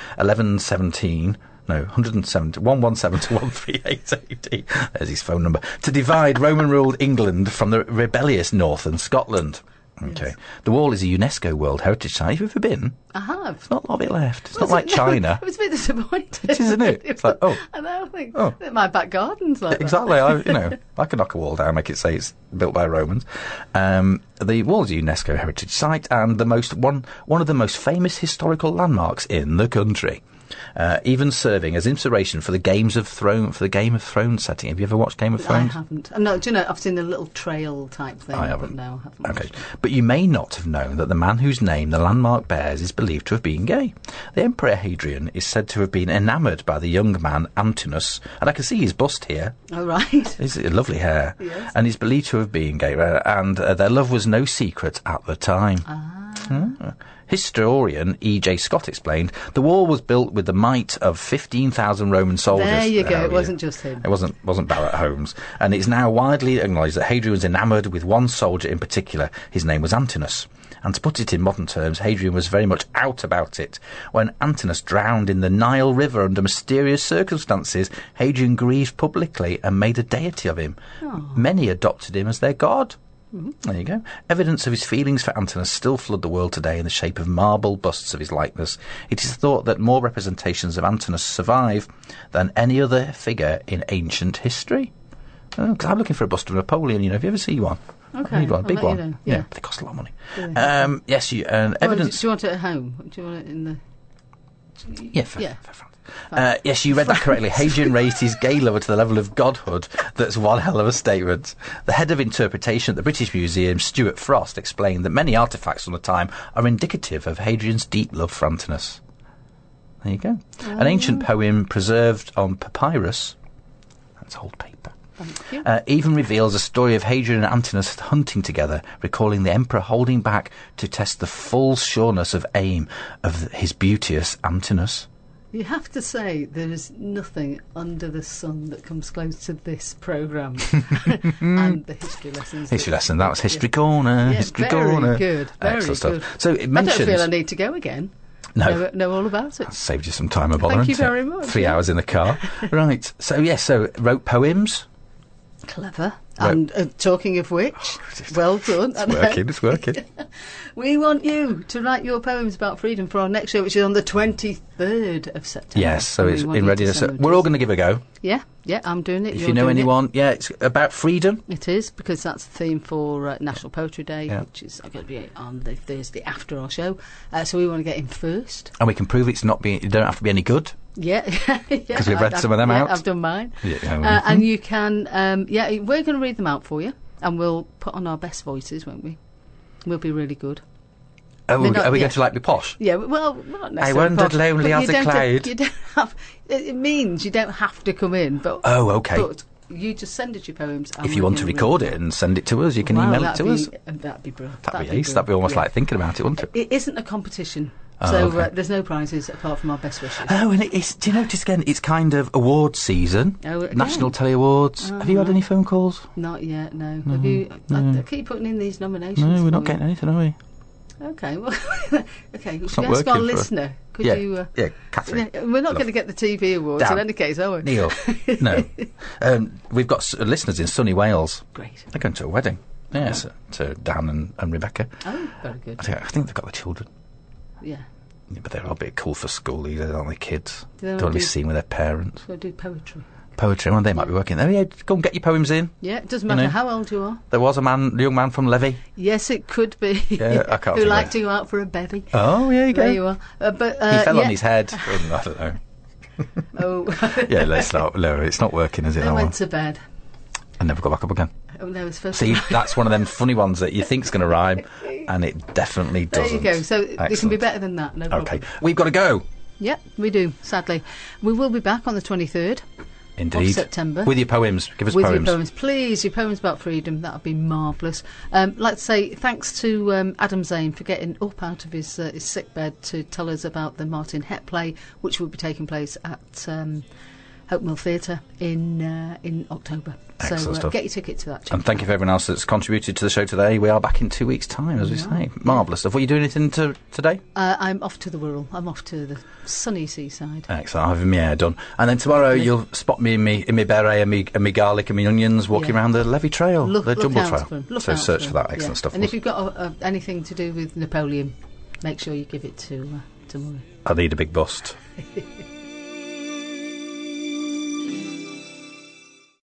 1117. No, 170, 117 to 1388 AD. There's his phone number. To divide Roman ruled England from the rebellious northern Scotland. Okay. The wall is a UNESCO World Heritage Site. Have you ever been? I have. It's not a lot of it left. It's Was not like it? No, China. I was a bit disappointed. It is, isn't it? It's like, oh. I know. I think Oh. my back garden's like Exactly. I, you know, I could knock a wall down, make it say it's built by Romans. Um, the wall is a UNESCO heritage site and the most one one of the most famous historical landmarks in the country. Uh, even serving as inspiration for the Games of Throne for the Game of Thrones setting. Have you ever watched Game of That. I Thrones? haven't. Uh, No, do you know? I've seen the little trail type thing. I haven't. But no, I haven't. Okay. But you may not have known that the man whose name the landmark bears is believed to have been gay. The Emperor Hadrian is said to have been enamoured by the young man Antinous, and I can see his bust here. All Oh, right. He's got lovely hair, Yes. and he's believed to have been gay, uh, and uh, their love was no secret at the time. Hmm. Historian E.J. Scott explained the wall was built with the might of 15,000 Roman soldiers. There you go. we It wasn't just him. It wasn't wasn't Barrett Holmes, and it's now widely acknowledged that Hadrian was enamoured with one soldier in particular. His name was Antinous. And to put it in modern terms, Hadrian was very much out about it. When Antinous drowned in the Nile River under mysterious circumstances, Hadrian grieved publicly and made a deity of him. Many adopted him as their god. Mm-hmm. There you go. Evidence of his feelings for Antinous still flood the world today in the shape of marble busts of his likeness. It is thought that more representations of Antinous survive than any other figure in ancient history. Oh, i I'm looking for a bust of Napoleon. You know, have you ever seen one? Okay, I need one, I'll big let you one. know. Yeah. Yeah. they cost a lot of money. Do they? Um, yes, you, and Or Oh, do- evidence. Do you want it at home? Do you want it in the? Yeah, for, Yeah. for France. Uh, yes, you read that correctly. Hadrian raised his gay lover to the level of godhood. That's one hell of a statement. The head of interpretation at the British Museum, Stuart Frost, explained that many artefacts from the time are indicative of Hadrian's deep love for Antinous. There you go. An ancient poem preserved on papyrus. That's old paper. Thank you. Uh, even reveals a story of Hadrian and Antinous hunting together, recalling the emperor holding back to test the full sureness of aim of his beauteous Antinous. You have to say there is nothing under the sun that comes close to this programme and the history lessons. History lesson. That was history corner. Yeah, history very corner. good, very Excellent good. stuff. So it I don't feel I mentions. need to go again. No. Know, know all about it. Saved you some time, a bother. Thank you hasn't it? very much, Three yeah. hours in the car. right. So yes. so wrote poems. Clever. Right. And uh, talking of which, well done. And, uh, Oh, Working. It's working. we want you to write your poems about freedom for our next show, which is on the 23rd of September. yes. So And we it's want in you to readiness. send So them to We're all us. going to give it a go. Yeah, yeah, I'm doing it. If you're you know doing it. anyone, yeah, it's about freedom. It is because that's the theme for uh, National Poetry Day, Yeah. which is going to be on the Thursday after our show. Uh, so we want to get in first. and we can prove it's not being. It don't have to be any good. Yeah, because we've read some of them out. I've done mine. Yeah, yeah, uh, well. hmm. and you can, um, yeah, we're going to read them out for you, and we'll put on our best voices, won't we? We'll be really good. Are we, They're not Oh, are we yet. going to like be posh? Yeah, well, we're not necessarily. wandered posh, lonely but as you a don't have- cloud. you don't have. It it means you don't have to come in, but Oh, okay. But you just send us your poems. and if you we're want to gonna read record them it out. and send it to us, you can Wow, email it to that'd us. be- That'd be brilliant. That'd be ace. That'd be almost like thinking about it, wouldn't it? It isn't a competition, Oh, so okay. uh, there's no prizes apart from our best wishes. Oh, and it is, do you notice again? It's kind of award season, Oh, again. National Telly Awards. Have you had any phone calls? Not yet, no. Have you? I, I keep putting in these nominations. No, we're for not you. getting anything, are we? Okay, well, okay. We should not ask our working for us. listener. Could yeah, you? Uh, yeah, Catherine. yeah, we're not Love. going to get the TV awards Damn. in any case, are we? Neil, no. Um, we've got s- listeners in sunny Wales. Great. They're going to a wedding. Yes, to Dan and, and Rebecca. Oh, very good. I think, I think they've got the children. Yeah. Yeah, but they're a bit cool for school. These aren't they, kids? Do they Don't wanna want to be do- seen with their parents. So I do poetry. Poetry. Well, they might be working there. Yeah, go and get your poems in. Yeah, it doesn't matter know. how old you are. There was a man, a young man from Levy. Yes, it could be. Yeah, I can't Who think like of- to go out for a bevy? Oh, yeah, you there you are. Uh, but uh, He fell yeah- on his head. Mm, I don't know. Oh, Yeah, let's not. No, it's not working, is it? I That one. went to bed. And never got back up again. Oh no, it's first. See, that's one of them funny ones that you think's going to rhyme, and it definitely there doesn't. you go. So it can be Excellent. better than that. No problem. Okay, we've got to go. Yep, we do. Sadly, we will be back on the twenty third. Indeed. September. With your poems. Give us with poems. your poems. Please, your poems about freedom. That would be marvellous. Um, like to say thanks to um, Adam Zane for getting up out of his, uh, his sick bed to tell us about the Martin Het play, which will be taking place at um, Hope Mill Theatre in uh, in October. so Excellent uh, stuff. Um, get your ticket to that. Jim. And thank you for everyone else that's contributed to the show today. We are back in two weeks' time, as we say. Marvellous stuff. What are you doing anything to, today? Uh, I'm off to the Wirral. I'm off to the sunny seaside. Excellent. I've had my hair done. And then tomorrow you'll spot me in me, in me beret and me, and me garlic and me onions walking Yeah. around the Levy Trail, Look, the look Jumble out Trail. for 'em. Look so out search for for 'em. that. Excellent Yeah. stuff. And if you've got uh, uh, anything to do with Napoleon, make sure you give it to uh, to Murray. I need a big bust.